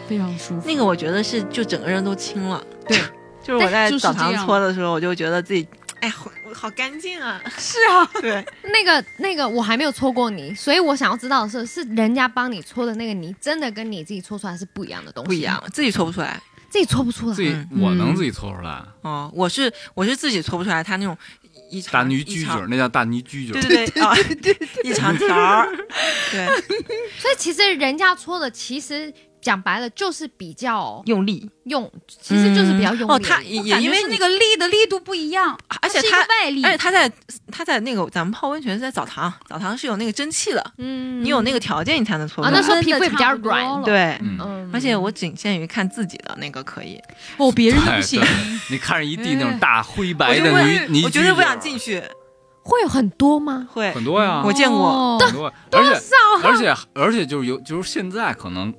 C: 非常舒服。
E: 那个我觉得是就整个人都清了，
C: 对，
E: 就是我在
C: 就是
E: 澡
C: 这
E: 堂
C: 样
E: 搓的时候，我就觉得自己，哎，好我好干净 <laughs> 啊，
C: 是啊，
E: 对，
D: 那个那个我还没有搓过泥，所以我想要知道的是，是人家帮你搓的那个泥，真的跟你自己搓出来是不一样的东西，
E: 不一样，，自己搓不出来。
D: 自己搓不出来
A: 自。己
E: 嗯
A: 我能自己搓出来，
E: 哦，我是我是自己搓不出来，他那种一长
A: 大泥
E: 一
A: 蛐
E: 长
A: 蛐儿，那叫大泥蛐蛐
E: 对
A: 儿，
E: 对对啊，一长条儿，对，
D: 所以其实人家搓的，其实讲白了就是比较
E: 用力，
D: 用，其实就是比较用力。
E: 嗯哦他也也因为
C: 我感觉是
E: 你
C: 那个力的力度不一样，
E: 而且
C: 它是一
E: 他
C: 个外力，
E: 而且他在他在那个咱们泡温泉是在澡堂，澡堂是有那个蒸汽的，
D: 嗯
E: 你有那个条件你才能搓
D: 啊
E: 出
D: 那
E: 来。
D: 时候皮肤也比较
C: 真的差不多
D: 软
C: 了
E: 对，
A: 嗯，
D: 嗯
E: 而且我仅限于看自己的那个可以，
C: 哦，别人都不
A: 对
C: 行
A: 对。你看着一地那种
C: 哎
A: 大灰
E: 我
A: 白
E: 就
A: 的泥
E: 问，
A: 泥
E: 我
A: 蛐
E: 绝对不想
A: 蛐，
E: 进去，
D: 会有很多吗？
E: 会
A: 很多呀，
E: 我见过，
C: 哦
A: 很多，而且而且而且就是有就是现在可能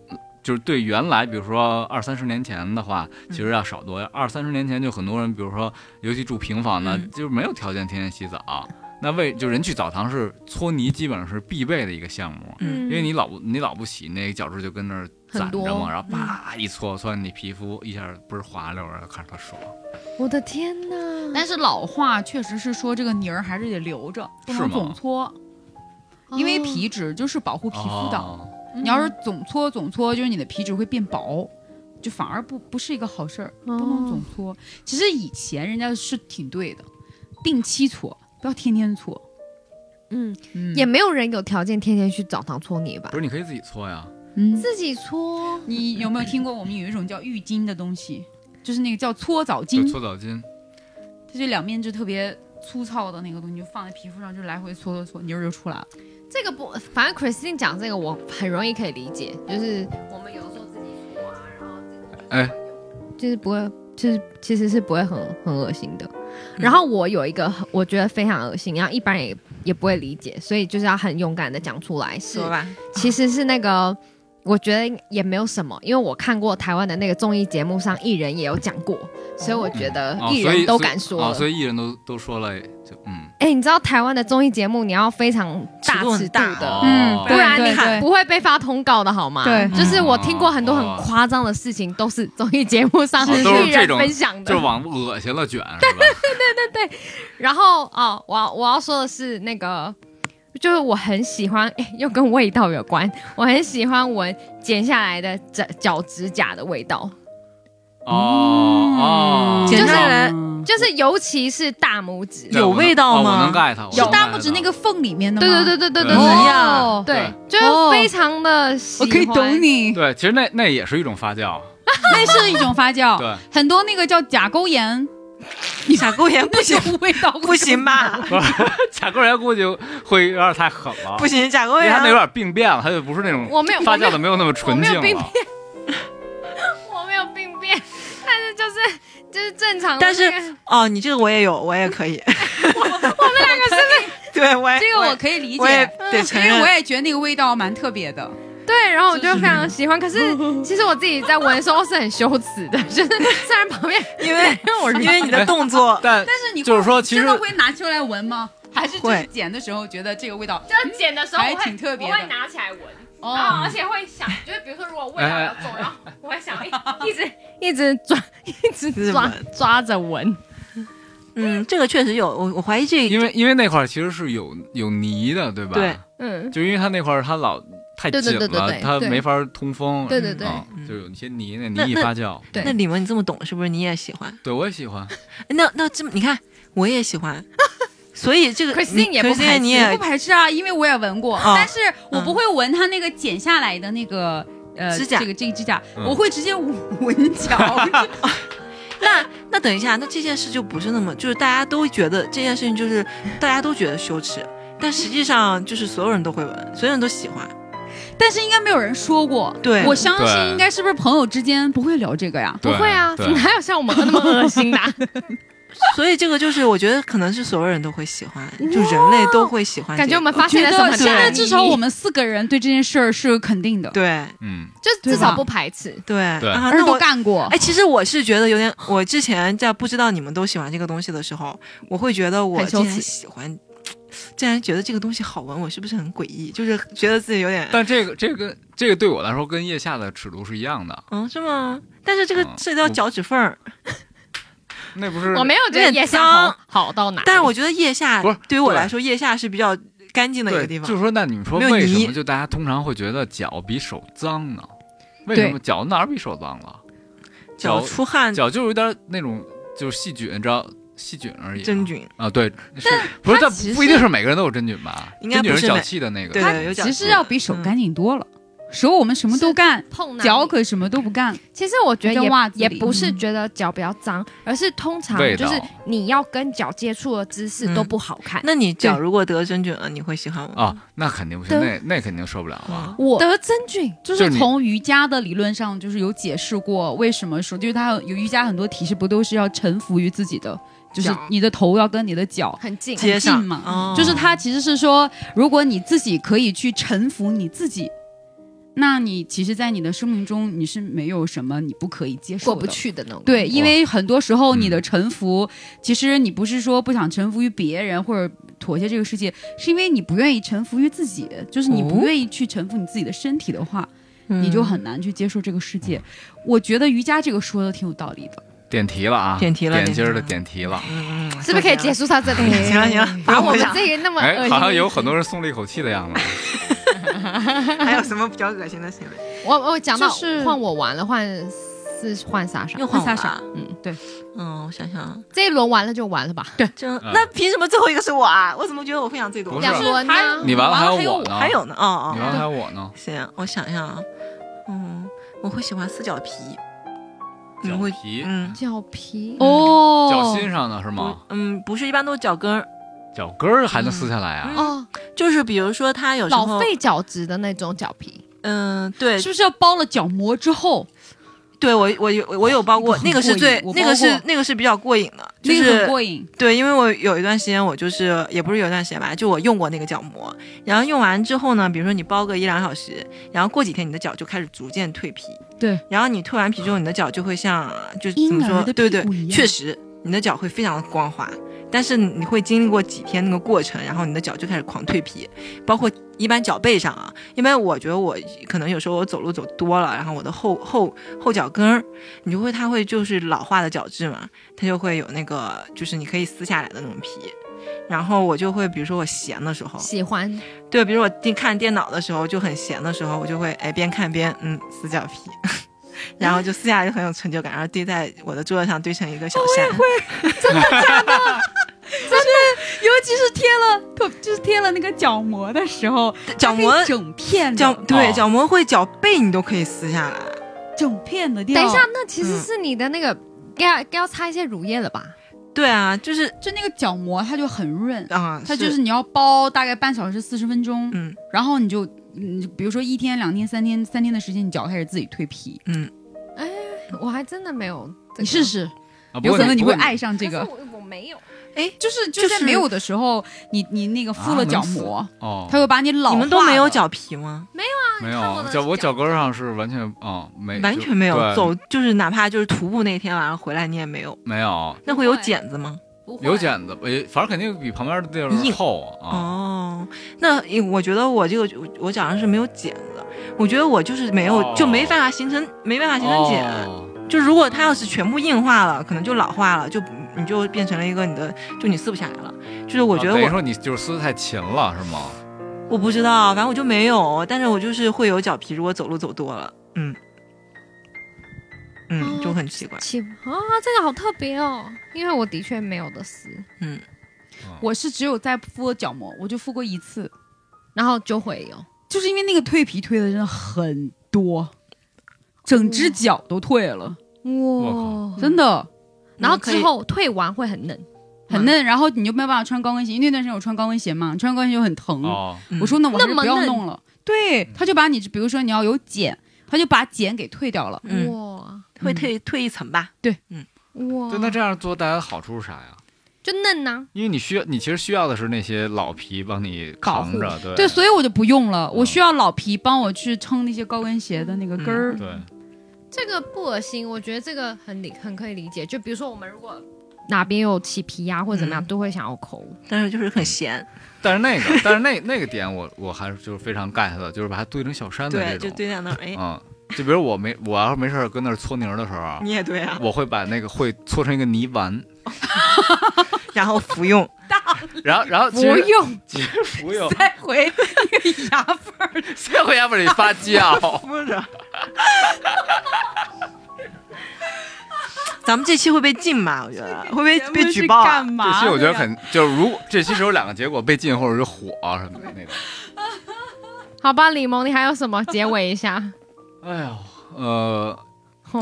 A: 就是对原来比如说二三十年前的话，其实要少多。二三十年前就很多人，比如说尤其住平房的，
E: 嗯
A: 就是没有条件天天洗澡。那为就人去澡堂是搓泥，基本上是必备的一个项目，
E: 嗯
A: 因为你老不你老不洗，那个角质就跟那儿攒着
D: 很
A: 嘛，
D: 多
A: 然后啪一搓搓你皮肤一下不是滑溜，然后看着它爽。
D: 我的天哪！
C: 但是老话确实是说，这个泥儿还是得留着，不
A: 是
C: 能
A: 吗
C: 总搓，因为
D: 哦
C: 皮脂就是保护皮肤的。
A: 哦
C: 你要是总搓总搓，就是你的皮脂会变薄，就反而不不是一个好事儿，
D: 嗯
C: 不
D: 哦
C: 能总搓。其实以前人家是挺对的，定期搓，不要天天搓。
D: 嗯，
C: 嗯，
D: 也没有人有条件天天去澡堂搓泥吧
A: 不？是，你可以自己搓呀。
C: 嗯，
D: 自己搓，
C: 你有没有听过我们有一种叫浴巾的东西，就是那个叫搓澡
A: 就
C: 巾，
A: 搓澡巾，
C: 它就两面就特别粗糙的那个东西，就放在皮肤上就来回搓搓搓，泥儿就出来了。
D: 这个不，反正 Christine 讲这个我很容易可以理解，就是我们有时候自己搓啊，然后
A: 哎，
D: 就是不会，就是其实是不会很很恶心的。然后我有一个很我觉得非常恶心，然后一般人也也不会理解，所以就是要很勇敢的讲出来。是
E: 说，吧，
D: 其实是那个。我觉得也没有什么，因为我看过台湾的那个综艺节目上，艺人也有讲过，所以我觉得
A: 哦
D: 艺
A: 所以
D: 人都
A: 所以
D: 敢说
A: 啊，
D: 了。
A: 所以艺人都都说了，就嗯，
D: 哎、你知道台湾的综艺节目，你要非常大
E: 尺度很
D: 尺度
E: 大
D: 的，
A: 哦
D: 不然
C: 嗯对
D: 你
C: 对
D: 不会被发通告的好吗？
C: 对
D: 就是我听过很多很夸张的事情，都是综艺节目上
A: 哦都是
D: 艺
A: 这
D: 人
A: 种
D: 分享的
A: 就是。往恶心了卷，是
D: <laughs>
A: 吧？
D: 然后哦，我要我要说的是那个，就是我很喜欢，哎又跟味道有关，我很喜欢闻剪下来的脚脚趾甲的味道，
A: 哦哦，
C: 嗯
E: 剪
D: 下
E: 嗯来
D: 就是尤其是大拇指。
A: 对
E: 有
A: 我能
E: 味道
A: 哦我
E: 吗
A: 能 get 到，
C: 是大拇指那个缝里面的吗？
D: 对对对对对对
A: 不
D: 对
A: 一
E: 样
D: 对，就是
C: 哦
D: 非常的喜
C: 我
D: 欢。
C: 可以懂你，
A: 对，其实那那也是一种发
D: 哦
A: 酵，
C: 那是一种发
A: <laughs>
C: 酵。
A: 对，
C: 很多那个叫甲沟 <laughs> 炎，你
E: 甲沟炎不行，
C: <laughs> 那种味道会
E: 不行吧？
A: 甲沟炎估计会有点太狠了，
E: 不行，甲沟
A: 因为
E: 炎
A: 它那有点病变了，它就不是那种
D: 我没有
A: 发
D: 我没
A: 酵
D: 有
A: 的没有那么纯
C: 啊
A: 净
D: 我没有病
A: 了，
D: <laughs> 我没有病变，但是就是就是正常的那
E: 但
D: 个、
E: 是哦，你这个我也有，我也可以。 <laughs> 我们两个是对，我也
C: 这个我可以理
E: 我也
C: 解，嗯
E: 得
C: 因
E: 承
C: 为
E: 认
C: 我，也觉得那个味道蛮特别的。
D: 对，然后我就非常喜欢。可是其实我自己在闻的时候是很羞耻的，就是虽然旁边
E: 因为
D: 我
E: 因为你的动作，
A: 但
C: 但是你
A: 就是
C: 会
A: 说其
C: 真
A: 实
C: 的会拿出来闻吗？还是就是
E: 会
C: 捡的时候觉得这个味道
F: 就是剪的时候我
C: 还
F: 会
C: 挺特别的
F: 我会拿起来闻，然后
C: 哦
F: 而且会想，就是比如说如果味
C: 哎
F: 道要重，然后我会想哎一直
D: 一直抓，一直抓抓着闻，
E: 嗯，这个确实有，我我怀疑这
A: 因为因为那块儿其实是有有泥的，对吧？
E: 对，
D: <laughs> 嗯，
A: 就因为它那块儿它老太紧
D: 对
A: 了，
D: 对对对对
A: 它
D: 对
A: 没法通风，
D: 对对对
A: 啊
E: 嗯
A: 就有一些泥，那
E: 那
A: 泥一
E: 那
A: 发酵，
D: 对
E: 那李萌，你这么懂，是不是你也喜欢？
A: 对我也喜欢，
E: 那那这么你看，我也
D: <laughs>
E: 喜欢，所以这个
D: Christine
E: 你
D: 也不
E: Christine
D: 排斥
E: 你
C: 不
E: 也
C: 排斥啊，因为我也闻过，
E: 哦
C: 但是我不会闻它那个剪下来的那个。呃，
E: 指甲
C: 这个这个指甲，
A: 嗯
C: 我会直接闻 <laughs> 脚，
E: 那那等一下，那这件事就不是那么，就是大家都觉得这件事情就是大家都觉得羞耻，但实际上就是所有人都会闻，所有人都喜欢。
C: 但是应该没有人说过。
E: 对
C: 我相信
A: 对
C: 应该是不是朋友之间不会聊这个呀？
D: 不会啊，
A: 对对
D: 哪有像我们那么恶心的
C: <laughs>
D: 啊？
E: 所以这个就是我觉得可能是所有人都会喜欢，就人类都会喜欢这个、
D: 感觉我们发现
C: 觉
D: 了什么大
C: 得现在
D: 秘密
C: 至少我们四个人对这件事儿是肯定的，
E: 对
A: 嗯，
D: 就至
C: 对
D: 少
C: 吧
D: 不排斥。
E: 对
A: 对
E: 啊，
C: 而且
E: 那
C: 都
E: 我。
C: 干过
E: 哎，。其实我是觉得有点，我之前在不知道你们都喜欢这个东西的时候，我会觉得我
D: 很羞
E: 竟
D: 耻
E: 然喜欢，竟然觉得这个东西好闻，我是不是很诡异？就是觉得自己有点，
A: 但这个这个这个对我来说跟腋下的尺度是一样的，
E: 嗯，是吗？但是这个
A: 嗯
E: 涉及到
A: 我
E: 脚趾缝儿，
A: 那不是
D: 我没有觉
E: 有
D: 得
E: 点
D: 腋下
E: 脏
D: 好好到哪里，
E: 但是我觉得腋下
A: 不是
E: 对于我
A: 对
E: 来说，腋下是比较干净的一个
A: 对，
E: 地方。
A: 就是说，那你们说
E: 没有
A: 为什
E: 泥
A: 么就大家通常会觉得脚比手脏呢？为什么脚哪儿比手脏了？
E: 脚
A: 脚
E: 出汗
A: 脚就是有点那种就是细菌，你知道细菌而已啊。
E: 真菌，
A: 啊，对，是不是？
C: 它
A: 但
C: 其
A: 不一
C: 实
A: 定是每个人都有真菌吧？
E: 应该
A: 真菌
E: 不
A: 是
E: 是
A: 脚
E: 每
A: 气的那个。
E: 对对，有脚
C: 其实要比手
E: 嗯
C: 干净多了，手我们什么都干，
D: 碰哪里
C: 脚可什么都不干。
D: 其实我觉得
C: 在
D: 也
C: 袜子里嗯
D: 也不是觉得脚比较脏，而是通常
A: 味
D: 就
A: 道
D: 是你要跟脚接触的姿
C: 嗯
D: 势都不好看。
E: 那你脚如果得真菌了，你会喜欢嗯我？
A: 啊，那肯定不行，那那肯定受不了了。
C: 我
D: 得真菌
C: 就
A: 就是
C: 是
A: 你
C: 从瑜伽的理论上，就是有解释过为什么说，就是它有瑜伽很多体式不都是要臣服于自己的，就是
D: 脚
C: 你的头要跟你的脚
D: 很近，
E: 接
C: 很
E: 上
C: 近嘛
E: 哦
C: 就是它其实是说，如果你自己可以去臣服你自己，那你其实，在你的生命中你是没有什么你不可以接受
D: 过
C: 的。
D: 不去的那种。
C: 对，因
E: 哦
C: 为很多时候你的
A: 嗯
C: 臣服，其实你不是说不想臣服于别人或者妥协这个世界，是因为你不愿意臣服于自己，就是你
E: 哦
C: 不愿意去臣服你自己的身体的话，
E: 嗯
C: 你就很难去接受这个世界。我觉得瑜伽这个说的挺有道理的。
A: 点题了啊，
E: 点题了
A: 点
E: 点
A: 今儿
E: 题
A: 的
E: 了
A: 点题了。
E: 嗯嗯，
D: 是不是可以结
E: 束？
D: 束到这里？
C: 哎
E: 行了行了，
D: <laughs> 把
E: 不
D: 我们
E: 讲
D: 这个那么恶
A: 哎，
D: 心，
A: 好像有很多人松了一口气的样子。
E: 还有什么比较恶心的行为？
D: 我我讲到
C: 就是
D: 换我完了，换是换莎莎，
E: 换
C: 我
E: 我
C: 了
E: 了。
D: 嗯，对，
E: 嗯，我想想啊，
D: 这一轮完了就完了吧？
E: 这
A: 嗯
E: 那凭什么最后一个是我啊？我怎么觉得我分享最
A: 不
E: 多
A: 是？
D: 两轮呢？
A: 你完了还
C: 完了还有
A: 我
C: 我
A: 呢，
E: 还有呢？哦
A: 你
E: 哦，
A: 完了还有我呢。
E: 行，我想想啊，嗯，我会喜欢撕脚皮，你
A: 脚
E: 们会
A: 皮，
E: 嗯
D: 脚皮
E: 嗯
C: 哦
A: 脚心上的是
E: 不
A: 吗？
E: 嗯，不是一般都是脚跟儿，
A: 脚跟儿还能撕下来啊？
E: 嗯
D: 哦，
E: 就是比如说他有时
D: 老
E: 候，
D: 废角质的那种脚皮，
E: 嗯，对
C: 是不是要包了脚膜之后？
E: 对，我我有我有包过，那
C: 那
E: 个
C: 个很
E: 是
C: 过
E: 最
C: 瘾我
E: 那
C: 包
E: 个是
C: 过
E: 那个是比较过瘾的，就
C: 那个
E: 是
C: 很过瘾，
E: 对，因为我有一段时间，我就是也不是有一段时间吧，就我用过那个角膜，然后用完之后呢，比如说你包个一两小时，然后过几天你的脚就开始逐渐蜕皮。
C: 对，
E: 然后你蜕完皮之后，你的脚就会像就怎么
C: 婴
E: 说
C: 儿的？
E: 对
C: 屁
E: 对
C: 股一，样
E: 确实，你的脚会非常的光滑，但是你会经历过几天那个过程，然后你的脚就开始狂蜕皮，包括一般脚背上啊，因为我觉得我可能有时候我走路走多了，然后我的后后后脚跟儿，你就会它会就是老化的角质嘛，它就会有那个就是你可以撕下来的那种皮。然后我就会，比如说我闲的时候，
D: 喜欢
E: 对，比如我电看电脑的时候就很闲的时候，我就会哎边看边嗯撕脚皮， <laughs> 然后就撕下来就很有成就感，然后堆在我的桌子上堆成一个小山。
C: 尤其是贴了特就是贴了那个角膜的时候，
E: 角膜
C: 它可以整片的
E: 角对
A: 哦
E: 角膜会脚背你都可以撕下来，
C: 整片的掉。
D: 等一下，，那其实是你的那个该该要擦一些乳液了吧？
E: 对啊，就是
C: 就那个角膜它就很润，
E: 啊，
C: 它就是你要包大概半小时四十分钟，
E: 嗯
C: 然后你就嗯，比如说一天、两天、三天、三天的时间，你脚开始自己蜕皮，
E: 嗯，
D: 我还真的没有这个，
C: 你试试，
A: 啊，不
C: 有
A: 过
C: 可能你
A: 不
C: 会
A: 过
C: 爱上这
D: 可
C: 个
D: 是。我我没有，
C: 就是
E: 就
C: 就是在没有的时候，你你那个敷了角膜，
A: 哦
C: 它。会把你老
E: 你们都
C: 化
E: 没有
C: 的
E: 脚皮吗？
D: 你
A: 没
D: 看过
A: 有
D: 的
A: 脚，
D: 是
A: 我脚跟儿上是完全哦，没
E: 完
A: 就
E: 全没有
A: 对
E: 走，就是哪怕就是徒步那天晚上回来，你也没有。
A: 没有，
E: 那会有茧子吗？
F: 不会
A: 有剪子，呃反正肯定比旁边的地
E: 硬
A: 儿厚啊。
E: 哦，那因我觉得我这个我我脚上是没有茧的，我觉得我就是没有、
A: 哦
E: 就没办法形成没办法形成茧。
A: 哦，
E: 就如果它要是全部硬化了，可能就老化了，就你就变成了一个你的就你撕不下来了。就是我觉得
A: 啊等
E: 我、
A: 于说你就是撕得太勤了是吗？
E: 我不知道，反正我就没有，但是我就是会有脚皮，如果走路走多了，嗯嗯，就很奇怪。
D: 起啊，这个好特别哦，因为我的确没有的撕，
C: 我是只有在敷过角膜，我就敷过一次，
D: 然后就会有。
C: 就是因为那个蜕皮蜕的真的很多，整只脚都蜕了，
A: 我
D: 哇，
C: 真的
D: 然后
E: 嗯可以
D: 之后退完会很嫩，
C: 很嫩。然后你就没有办法穿高跟鞋，因为那段时间我穿高跟鞋嘛，穿高跟鞋就很疼。
A: 哦，
E: 嗯
C: 我说那我还是
D: 那么
C: 不要
D: 嫩
C: 弄了。对，他就把你，比如说你要有茧，他就把茧给退掉了。
E: 嗯，
D: 哇
E: 会退退一层吧。
D: 哇，
A: 对，那这样做带来的好处是啥呀？
D: 就嫩啊呐、
A: 因为你需要，你其实需要的是那些老皮帮你扛着，对
C: 对，所以我就不用了，我
A: 嗯
C: 需要老皮帮我去撑那些高跟鞋的那个根儿。
A: 对
D: 这个不恶心，我觉得这个很理很可以理解。就比如说我们如果哪边有起皮呀、或者怎么样，
E: 嗯
D: 都会想要抠。
E: 但是就是很咸，
A: 但是那个， <laughs> 但是那那个点我我还是就是非常 get 的，就是把它堆成小山的
E: 对，
A: 这
E: 就
A: 种，
E: 堆
A: <laughs>
E: 在那儿，哎，
A: 嗯，就比如我没我要是没事儿跟那儿搓泥儿的时候，
E: 你也对啊，
A: 我会把那个会搓成一个泥丸，
E: 然后服用，
A: <laughs> 然后然后
C: 不
A: 其实
C: 用
A: 其实服用，
C: 再回那个牙缝儿，
A: 再回家把你发酵，
E: <laughs> 不是。咱们这期会被禁吧？我觉得会被被举报啊
C: 干！
A: 这
C: 嘛？
A: 期我觉得很就是如果这期是有两个结果，被禁或者是火啊什么的那种。
D: 好吧，李萌，你还有什么结尾一下？
A: 哎呦，呃，
D: 我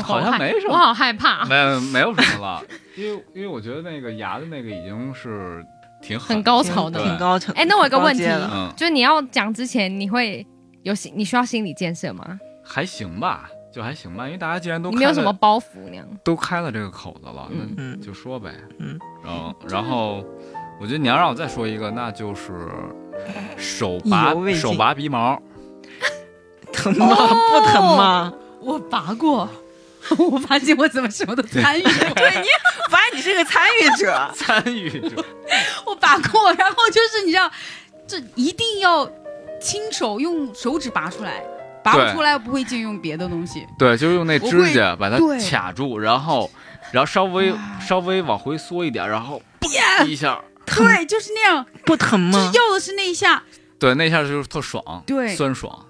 A: <laughs> 好像
D: 害
A: 没什么
D: 我好害 <laughs> 怕，
A: 没有没有什么了，因为因为我觉得那个牙的那个已经是挺狠
D: 很
A: 的
D: 高潮的。
A: 对
E: 挺高层。
D: 哎，那我有个问题
E: 挺高阶了
A: 嗯，
D: 就是你要讲之前，你会有心，你需要心理建设吗？
A: 还行吧，就还行吧，因为大家既然都
D: 你没有
A: 开
D: 什么
A: 了
D: 包袱那样？
A: 都开了这个口子了，那
E: 嗯，
A: 就说呗。
E: 嗯，
A: 然后然后，我觉得你要让我再说一个，那就是手拔
E: 意犹未尽
A: 手拔鼻毛，，
E: <laughs> 疼吗？
D: 哦
E: 不疼吗？
C: 我拔过，我发现我怎么什么都参与了。 <laughs> 对你，
E: 反正你是个参与者
D: <laughs>
A: 参与者。
C: 我拔过，然后就是你知道，这一定要亲手用手指拔出来，拔
A: 对
C: 不出来不会借用别的东西。
A: <laughs> 对，就是用那
C: 我
A: 指
C: 会
A: 甲把它
C: 对
A: 卡住，然后然后稍微稍微往回缩一点，然后嘣一下，
C: 对，就是那样，
E: 不疼
C: 就是
E: 吗？
C: 要的是那一下。
A: 对，那一下就是特爽，
C: 对
A: 酸爽。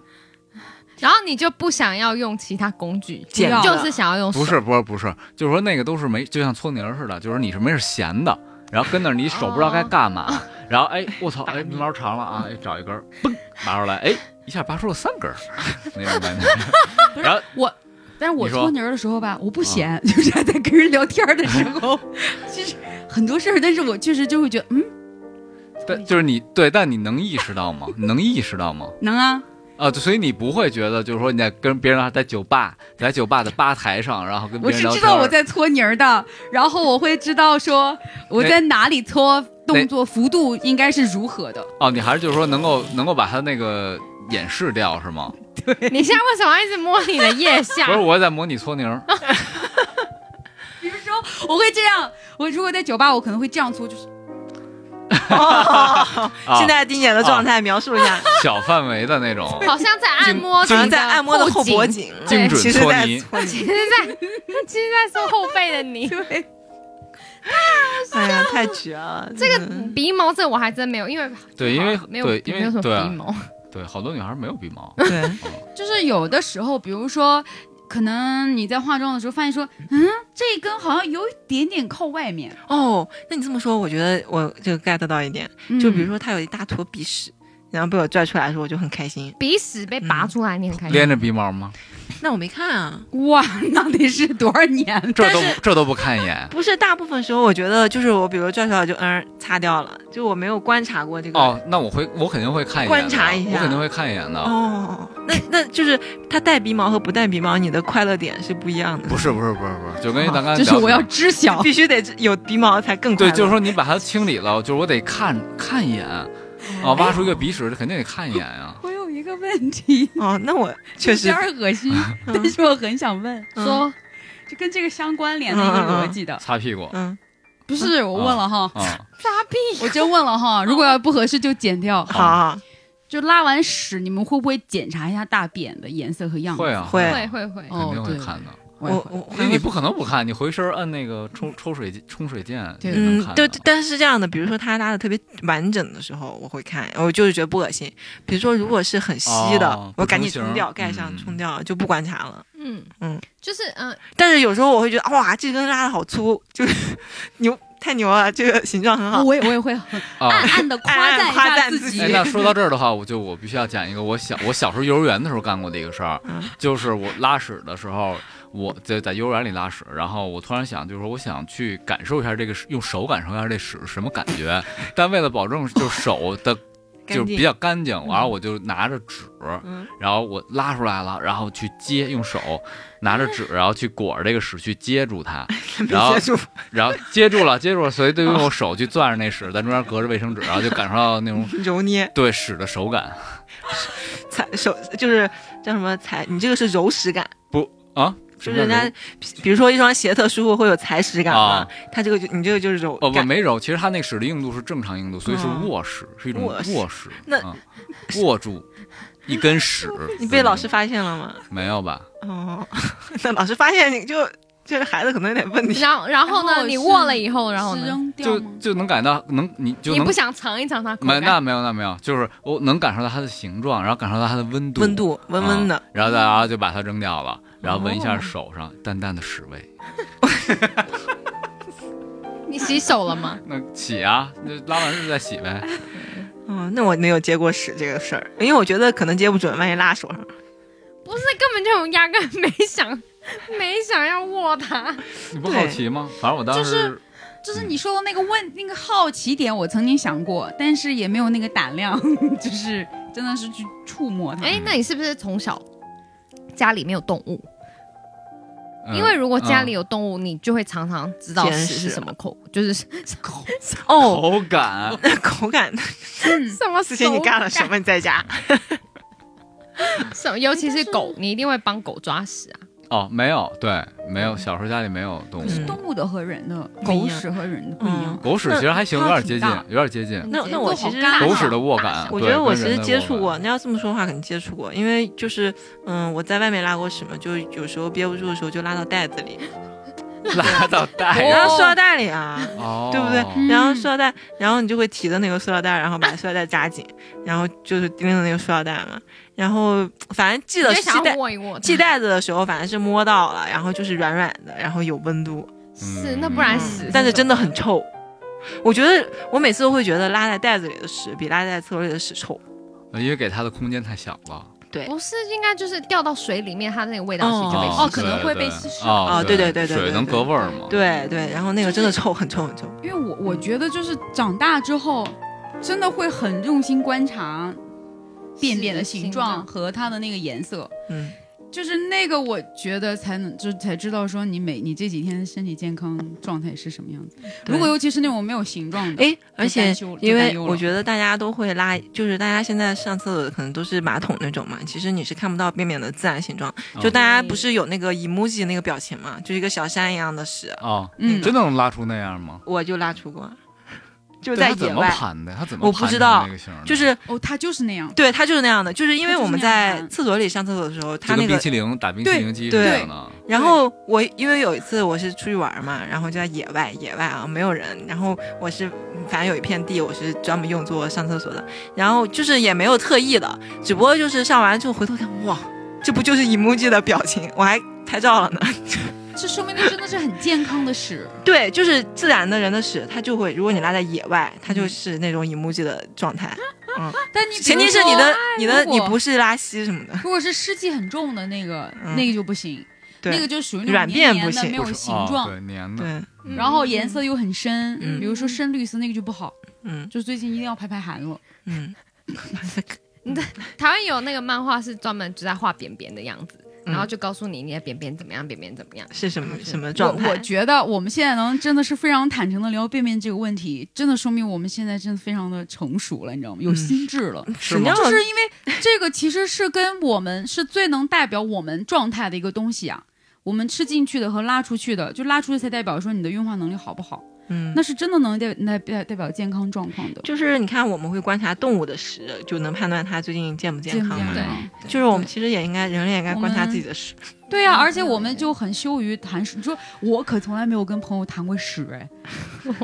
D: 然后你就不想要用其他工具，
E: 剪
C: 不要
D: 就是想要用
A: <laughs>
D: 手
A: 不是不是不是，就是说那个都是没，就像搓泥儿似的，就是你是没事闲的，然后跟那儿你手不知
C: 啊
A: 道该干嘛，
C: <laughs>
A: 然后哎我操，哎鼻毛长了啊，哎找一根儿，嘣拔出来，哎一下拔出了三
C: <laughs>
A: 根儿，那种感觉。然后
C: 但是我
A: 你说啊
C: 搓泥儿的时候吧，我不闲，就是在跟人聊天儿的时
A: <laughs>
C: 候，其实很多事儿，但是我确实就会觉得，嗯， <laughs>
A: 但就是你对，但你能意识到吗？你能意识到吗？
C: 能啊，
A: 啊，就所以你不会觉得就是说你在跟别人在酒吧，在酒吧的吧台上，然后跟
C: 我
A: 别人
C: 是
A: 聊
C: 知
A: 天
C: 道
A: 儿
C: 我在搓泥儿的，然后我会知道说我在哪里搓，动作幅度应该是如何的。
A: 哦，你还是就是说能够能够把它那个掩饰掉是吗？
D: 你现在为什么要一直摸你的腋下
A: 不？是，我在模拟搓泥
C: <laughs>
A: 儿。
C: 比如说，我会这样，我如果在酒吧，我可能会这样搓，就是
E: 哦
A: 啊
E: 现在丁姐的状态描述一下，
A: 小范围的那种，
D: 好像在按摩，
E: 好像在按摩的后脖，颈，哎
A: 精准
E: 其实
A: 搓
E: 在
A: 泥
D: <laughs>
E: 搓
D: 其实
E: 泥。
D: 在其实在说后背
A: <laughs>
D: 的你。
E: 哎呀，太绝了！嗯这个，
D: 鼻毛这我还真没有，因为
A: 对，因为
D: 没有
A: 对，因
D: 没有
A: 为
D: 什么
A: 对
D: 鼻
A: 啊
D: 毛，
A: 对，好多女孩没有鼻毛
D: 嗯
E: 对，
C: 就是有的时候，比如说，可能你在化妆的时候发现说，嗯，这一根好像有一点点靠外面，
E: 哦，那你这么说，我觉得我就 get 到一点，
C: 嗯
E: 就比如说他有一大坨鼻屎，然后被我拽出来的时候，我就很开心。
D: 鼻屎被拔出来，你很开心。
A: 连着鼻毛吗？
E: 那我没看啊，
C: 哇，那得是多少年？
A: 这都这都不看一眼。
E: 不是大部分时候，我觉得就是我，比如拽出来我就嗯擦掉了，就我没有观察过这个。
A: 哦，那我会，我肯定会看一眼的，
E: 观察一下
A: 我肯定会看一眼的。
E: 哦，那那就是他带鼻毛和不带鼻毛，你的快乐点是不一样的，
A: 不是不是不是不是，就跟咱刚才
C: 就是
A: 聊
C: 我要
A: 的
C: 知晓。
E: 必须得有鼻毛才更快
A: 对，
E: 乐。
A: 就是说你把它清哦理了，就是我得看看一眼，啊，挖出一个鼻屎，肯定得看一眼呀。
C: 我有一个
E: <laughs>
C: 问题，
E: 哦，那我确实嗯
C: 有点儿恶
E: <laughs>
C: 心，但是我很想问，
D: 说
C: 就跟这个相关联的一个逻辑的。
A: 擦屁股
E: 嗯，
C: 不是，我问了哈，
A: 啊，
D: 扎屁
C: <laughs> 我真问了
E: 嗯
C: 哈，如果要不合适就剪掉。
E: 好，
C: 就拉完屎，你们会不会检查一下大便的颜色和样子？
A: 会，啊，
E: 会
D: 会会会，
A: 肯定
C: 哦
A: 会
C: 对
A: 看的。
C: 我
E: 我
C: 也会
E: 我
A: 因为你不可能不看，你回身按那个冲抽水机冲水键，
C: 对
A: 也能
E: 嗯
A: 看，
E: 对，
A: 到
E: 但是这样的，比如说他拉的特别完整的时候，我会看，我就是觉得不恶心。比如说如果是很稀的，
A: 哦
E: 我赶
A: 不
E: 紧
A: 成
E: 冲
A: 形
E: 掉，盖上
A: 嗯
E: 冲掉，就不观察了。
D: 嗯
E: 嗯
D: 嗯，就是嗯，
E: 但是有时候我会觉得，哇，这根拉的好粗，就是 <laughs> 牛太牛了，这个形状很好。
C: 我也我也会很
A: 啊
C: <laughs> 暗。暗的夸赞
E: 暗
C: 一
E: 暗夸
C: 下
E: 赞
C: 自
E: 自
C: 己
A: <laughs>
E: 己
A: 哎，那说到这儿的话，我就我必须要讲一个我小我小时候幼儿园的时候干过的一个事儿
E: 嗯，
A: 就是我拉屎的时候，我在在幼儿园里拉屎，然后我突然想，就是说我想去感受一下这个，用手感受一下这屎是什么感
E: <laughs>
A: 觉，但为了保证就手的
E: 干
A: 就是
E: 净
A: 比较干净，然后我就拿着纸，
E: 嗯
A: 然后我拉出来了，然后去接，用手拿着纸，然后去裹着这个屎去接住它，然后
E: 没接触，
A: 然后接住了，接住了，所以就用我手去攥着那屎，在中间隔着卫生纸，然后就感受到那种
E: 揉捏
A: 对屎的手感
E: 踩手就是叫什么踩，你这个是揉屎感，
A: 啊，
E: 就
A: 什
E: 是
A: 么叫
E: 人家
A: 揉
E: 比如说一双鞋特舒服会有踩屎感嘛
A: 啊，
E: 他这个就你这个就是揉
A: 哦不
E: 感。
A: 没揉，其实它那个屎的硬度是正常硬度，所以是
E: 嗯
A: 握屎，是一种
E: 握屎
A: 握屎，
E: 那
A: 嗯握住一根屎，
E: <laughs>
A: 嗯
E: 你被老师发现了吗？
A: 没有吧？
E: 哦， <laughs> 那老师发现你就这个孩子可能有点问题。
D: <laughs> 然后然后
C: 然
D: 呢，
C: 后
D: 你
C: 是
D: 握了以后，然后
C: 是
D: 呢，
C: 扔掉
A: 就
C: 吗？
A: 就能感到能你就
D: 你
A: 能
D: 不想尝一尝它口
A: 没
D: 感？
A: 那没有那没有，就是我能感受到它的形状，然后感受到它的温度，啊
E: 温度温温的，哦
A: 然后再然后就把它扔掉了，然后闻一下手上淡淡的屎味。
D: 你洗手了 <laughs> 吗？
A: 那洗啊，那拉完就再洗呗。
E: 嗯，那我没有接过屎这个事儿，因为我觉得可能接不准，万一拉手上。
D: 不是，根本就压根没想 <laughs> 没想要握它。
A: 你不好奇吗？反正我当时
C: 就是你说的那个问那个好奇点，我曾经想过，但是也没有那个胆量， <laughs> 就是真的是去触摸它。
D: 哎，那你是不是从小家里没有动物？
A: 嗯
D: 因为如果家里有动物，你就会常常知道
E: 见
D: 屎
E: 识
D: 是什么口，就是
A: 嗯
E: 哦，
A: 口感，
E: <laughs> 口感，
D: 什么
E: 之前你
D: 手
E: 干了
D: 感
E: 什么？你在家？
D: 什么尤其是狗，你一定会帮狗抓屎啊。
A: 哦，没有，对，没有，小时候家里没有动物
E: 嗯。
C: 动物的和人的
E: 不一
C: 狗
E: 样嗯
C: 屎和人的不一样，
A: 狗屎其实还行，有点接近
C: 那，
A: 有点接近。
E: 那那我其实
C: 都好干
A: 狗屎的握感，
E: 我觉
A: 对
E: 得我其
A: 跟人
E: 实
A: 的
E: 接
A: 握
E: 触
A: 感
E: 过，那要这么说的话，肯定接触过，因为就是，嗯，我在外面拉过屎嘛，就有时候憋不住的时候就拉到袋子里，
A: 拉到袋，
E: 拉到塑料袋里啊，
A: 哦，
E: <laughs> 对不对
C: 嗯
E: 然后塑料袋，然后你就会提着那个塑料袋，然后把塑料袋扎紧，然后就是盯着那个塑料袋嘛，然后反正记
D: 你
E: 得
D: 就是想
E: 系
D: 要
E: 带
D: 握一握它，
E: 系带子的时候，反正是摸到了，然后就是软软的，然后有温度，
D: 是那不然
A: 嗯
D: 屎，
E: 但是真的很臭。我觉得我每次都会觉得拉在袋子里的屎比拉在厕所里的屎臭。
A: 哦因为给它的空间太小了。
D: 不是应该就是掉到水里面，它那个味道是就被
C: 哦
D: 吸
C: 可能
A: 啊对
C: 会
A: 对
C: 被稀释
A: 哦
E: 哦
A: 对
E: 对对对对
A: 水
E: 对
A: 能
E: 对
A: 隔味儿吗？
E: 对对，然后那个真的臭，很臭很臭。
C: 因为我我觉得就是长大之后，真的会很用心观察便便的形状和它的那个颜色，
E: 嗯，
C: 就是那个我觉得才能就才知道说你每你这几天的身体健康状态是什么样子。
E: 嗯对
C: 如果尤其是那种没有形状的，
E: 哎，而且
C: 担忧了
E: 因
C: 就担
E: 为
C: 忧了
E: 我觉得大家都会拉，就是大家现在上厕所可能都是马桶那种嘛，其实你是看不到便便的自然形状。
A: 哦
E: 就大家不是有那个 emoji 那个表情嘛，就是一个小山一样的屎，
A: 哦，
C: 嗯，
A: 真的能拉出那样吗？
E: 我就拉出过，就
A: 对
E: 在
A: 它怎
E: 野
A: 么
E: 外，
A: 盘的？它怎么
E: 我不
A: 盘
E: 知
A: 成
E: 道
A: 那个形儿的
E: 就是
C: 哦，它就是那样。
E: 对，它就是那样的，就是因为
C: 它就是
E: 我们
C: 那样嗯
E: 在
C: 盘
E: 厕所里上厕所的时候，
A: 就
E: 它那
A: 跟冰
E: 个
A: 淇淋打冰淇
C: 对
A: 淋机似
E: 对
A: 的呢。
E: 然后我因为有一次我是出去玩嘛，然后就在野外，野外啊没有人，然后我是反正有一片地我是专门用作上厕所的，然后就是也没有特意的，只不过就是上完之后回头看，哇，这不就是 emoji 的表情，我还拍照了呢。 <laughs>
C: 这说明那真的是很健康的屎，
E: 对，就是自然的人的屎，它就会，如果你拉在野外，它就是那种 emoji 的状态，
C: 嗯但你比
E: 前
C: 如
E: 提是
C: 说
E: 你的你的
C: 如
E: 你
C: 果
E: 不是拉稀什么的，
C: 如果是湿气很重的那个，
E: 嗯
C: 那个就不行，
E: 对、
C: 那个就属于那种
E: 软便
C: 黏黏
E: 不
C: 的
E: 行
C: 没
A: 不
C: 有
A: 是
C: 形
A: 哦
C: 状，
A: 对粘的。
E: 对，
D: 嗯
C: 然后颜色又很深，
E: 嗯
C: 比如说深绿色那个就不好。
E: 嗯
C: 就最近一定要排排寒了，
E: 嗯，
D: 嗯台湾有那个漫画是专门就在画便便的样子，
E: 嗯
D: 然后就告诉你你的便便怎么样，便便怎么样。
E: 是什么
D: 是
E: 什么状
C: 嗯我我
E: 态？
C: 觉得我们现在能真的是非常坦诚的聊便便这个问题，真的说明我们现在真的非常的成熟了，你知道吗？有
E: 嗯
C: 心智了。
E: 屎尿
C: 就是因为这个其实是跟我们是最能代表我们状态的一个东西啊。我们吃进去的和拉出去的，就拉出去才代表说你的运化能力好不好，
E: 嗯
C: 那是真的能代代代代表健康状况的。
E: 就是你看，我们会观察动物的食，就能判断它最近健不健康嘛。
C: 对
E: 就是我们其实也应该，人类也应该观察自己的食。
A: 嗯
C: 对呀、而且我们就很羞于谈屎。你说我可从来没有跟朋友谈
A: <laughs>
C: 过屎哎，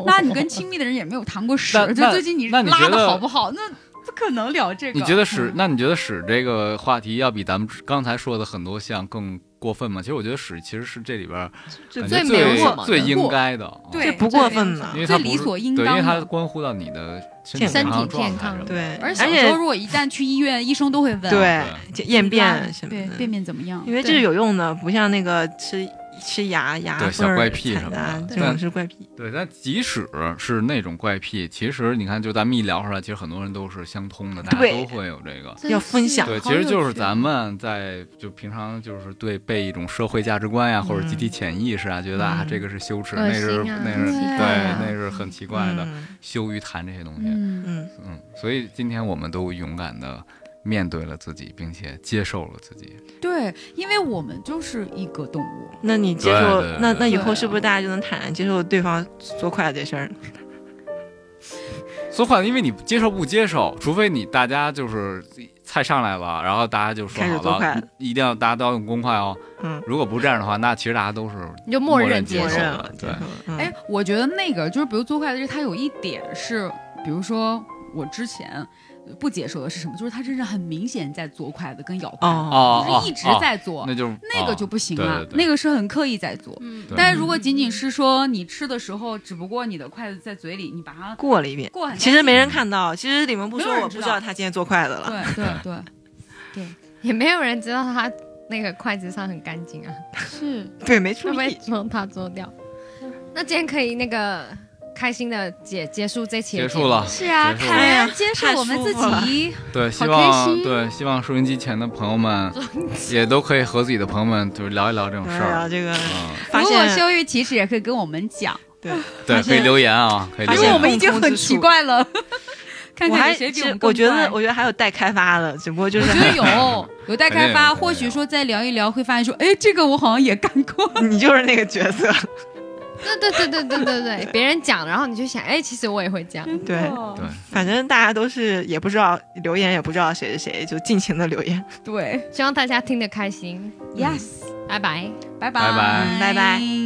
C: 那
D: <laughs>
C: 你跟亲密的人也没有谈过屎
A: 那，
C: 就
A: 那
C: 最近你
A: 那你
C: 拉
A: 觉得
C: 的好不好？那不可能聊这个。
A: 你觉得
E: 嗯
A: 屎？那你觉得屎这个话题要比咱们刚才说的很多项更过分吗？其实我觉得屎其实是这里边儿感觉
D: 最
A: 最
D: 没有什么的
A: 最应该的，啊
C: 对
E: 不过分嘛
A: 因为它
C: 最
A: 不
C: 理
A: 是
C: 所应
A: 对，因为
C: 当
A: 它
C: 的
A: 关乎到你的身
E: 健
A: 健
D: 康
A: 康
D: 身体
A: 状
D: 健
A: 态
D: 康
A: 什么的。
E: 对，
C: 而
E: 且
C: 且小时候如果一旦去医院，医生都会问
E: 对就
C: 你
E: 验
C: 拉
E: 便什么
C: 对
E: 的，
C: 便便怎么样？
E: 因为这
C: 对
E: 是有用的，不像那个吃吃牙牙
A: 对小
E: 缝儿
A: 怪癖
E: 产
A: 什么的
E: 啊
A: 对
E: 这种是怪癖。
A: 对，但即使是那种怪癖，其实你看，就咱们一聊出来，其实很多人都是相通的，大家
E: 对
A: 都会有这个。
E: 要分享
A: 对，其实就是咱们在就平常就是对被一种社会价值观呀、或者集体潜意识啊，觉得啊
E: 嗯
A: 这个是羞耻，
D: 恶
A: 那是
D: 心啊
A: 那是
D: 奇怪
A: 对
D: 啊，
A: 那是很奇怪的，
E: 嗯
A: 羞于谈这些东西。
C: 嗯，
E: 嗯，
A: 嗯，所以今天我们都勇敢的面对了自己，并且接受了自己。
C: 对，因为我们就是一个动物。
E: 那你接
A: 对
E: 受
A: 对
E: 那
A: 对
E: 那以后
C: 对
E: 是不是大家就能坦然接受对方做快这事儿？
A: 说话，因为你接受不接受，除非你大家就是菜上来了，然后大家就说
E: 开始做
A: 好
E: 快
A: 了，一定要大家都要用公筷哦。
E: 嗯，
A: 如果不这样的话，那其实大家都是
D: 你就默认
A: 接
D: 接
E: 默
A: 受
E: 认
A: 了
E: 了，接
A: 对
E: 受，了。嗯
C: 哎，，我觉得那个就是，比如做坏的事，它有一点是，比如说我之前不接受的是什么？就是他真是很明显在做筷子跟咬筷子，
E: 哦，
A: 哦
C: 就是一直
A: 哦
C: 在做，
A: 哦，那就
C: 那个就不行了，
A: 哦对对对
C: 那个是很刻意在做。
F: 嗯
A: 对
C: 但是如果仅仅是说你吃的时候，只不过你的筷子在嘴里，你把
E: <laughs>
C: 它
E: 过了一遍，
C: 过很干
E: 其
C: 净，
E: 实没人看到，其实李萌不
C: 没
E: 说，
C: 有人
E: 我不知
C: 知道
E: 道他今天做筷子了。
C: 对对对，
D: 也没有人知道他那个筷子上很干净啊， <laughs>
C: 是
E: 对，没
D: 会
E: 注
D: 不会
E: 意。
D: 说他做掉？ <laughs> 那今天可以那个开心的结结束这期的
A: 结
D: 节
A: 束
D: 目
A: 了。
B: 是啊，
A: 结束
B: 坦然接受
E: 哎太
B: 我们
E: 舒
B: 自
E: 服了
B: 己。
A: 对，希
B: 开
A: 望
B: 心
A: 对希望收音机前的朋友
C: <laughs>
A: 们也都可以和自己的朋友们就是聊一聊这种事
E: 聊聊
A: 儿。
E: 啊这个，
A: 嗯，
E: 发
C: 如果
E: 现
C: 羞于启齿，也可以跟我们讲，
E: 对，
A: 对，
E: 发
A: 可以
E: 现
A: 留言啊，可以
E: 发
A: 留
C: 因
E: 现
C: 为
A: 言。
C: 我们已经很奇
E: <laughs>
C: 怪了。看
E: 我
C: 看
E: 还
C: 有谁比
E: 其
C: 我
E: 实
C: 们
E: 我
C: 更
E: 觉得
C: 快
E: 我觉得还有待开发的，只不过就是
C: 我觉得 <laughs> 有有待开
A: 肯定
C: 发，
A: 有
C: 或许说再聊一聊，会发现说，哎，这个我好像也干过。
E: <laughs> 你就是那个角色，
D: <laughs> 对对对对对对对，别人讲，然后你就想，哎，其实我也会这样。
E: 对，
A: 对
E: 反正大家都是也不知道留言，也不知道谁是谁，就尽情的留言。
C: 对
D: 希望大家听得开心，
C: <laughs> ，yes，
D: 拜拜。
A: 拜
C: 拜
A: 拜
E: 拜拜
C: 拜。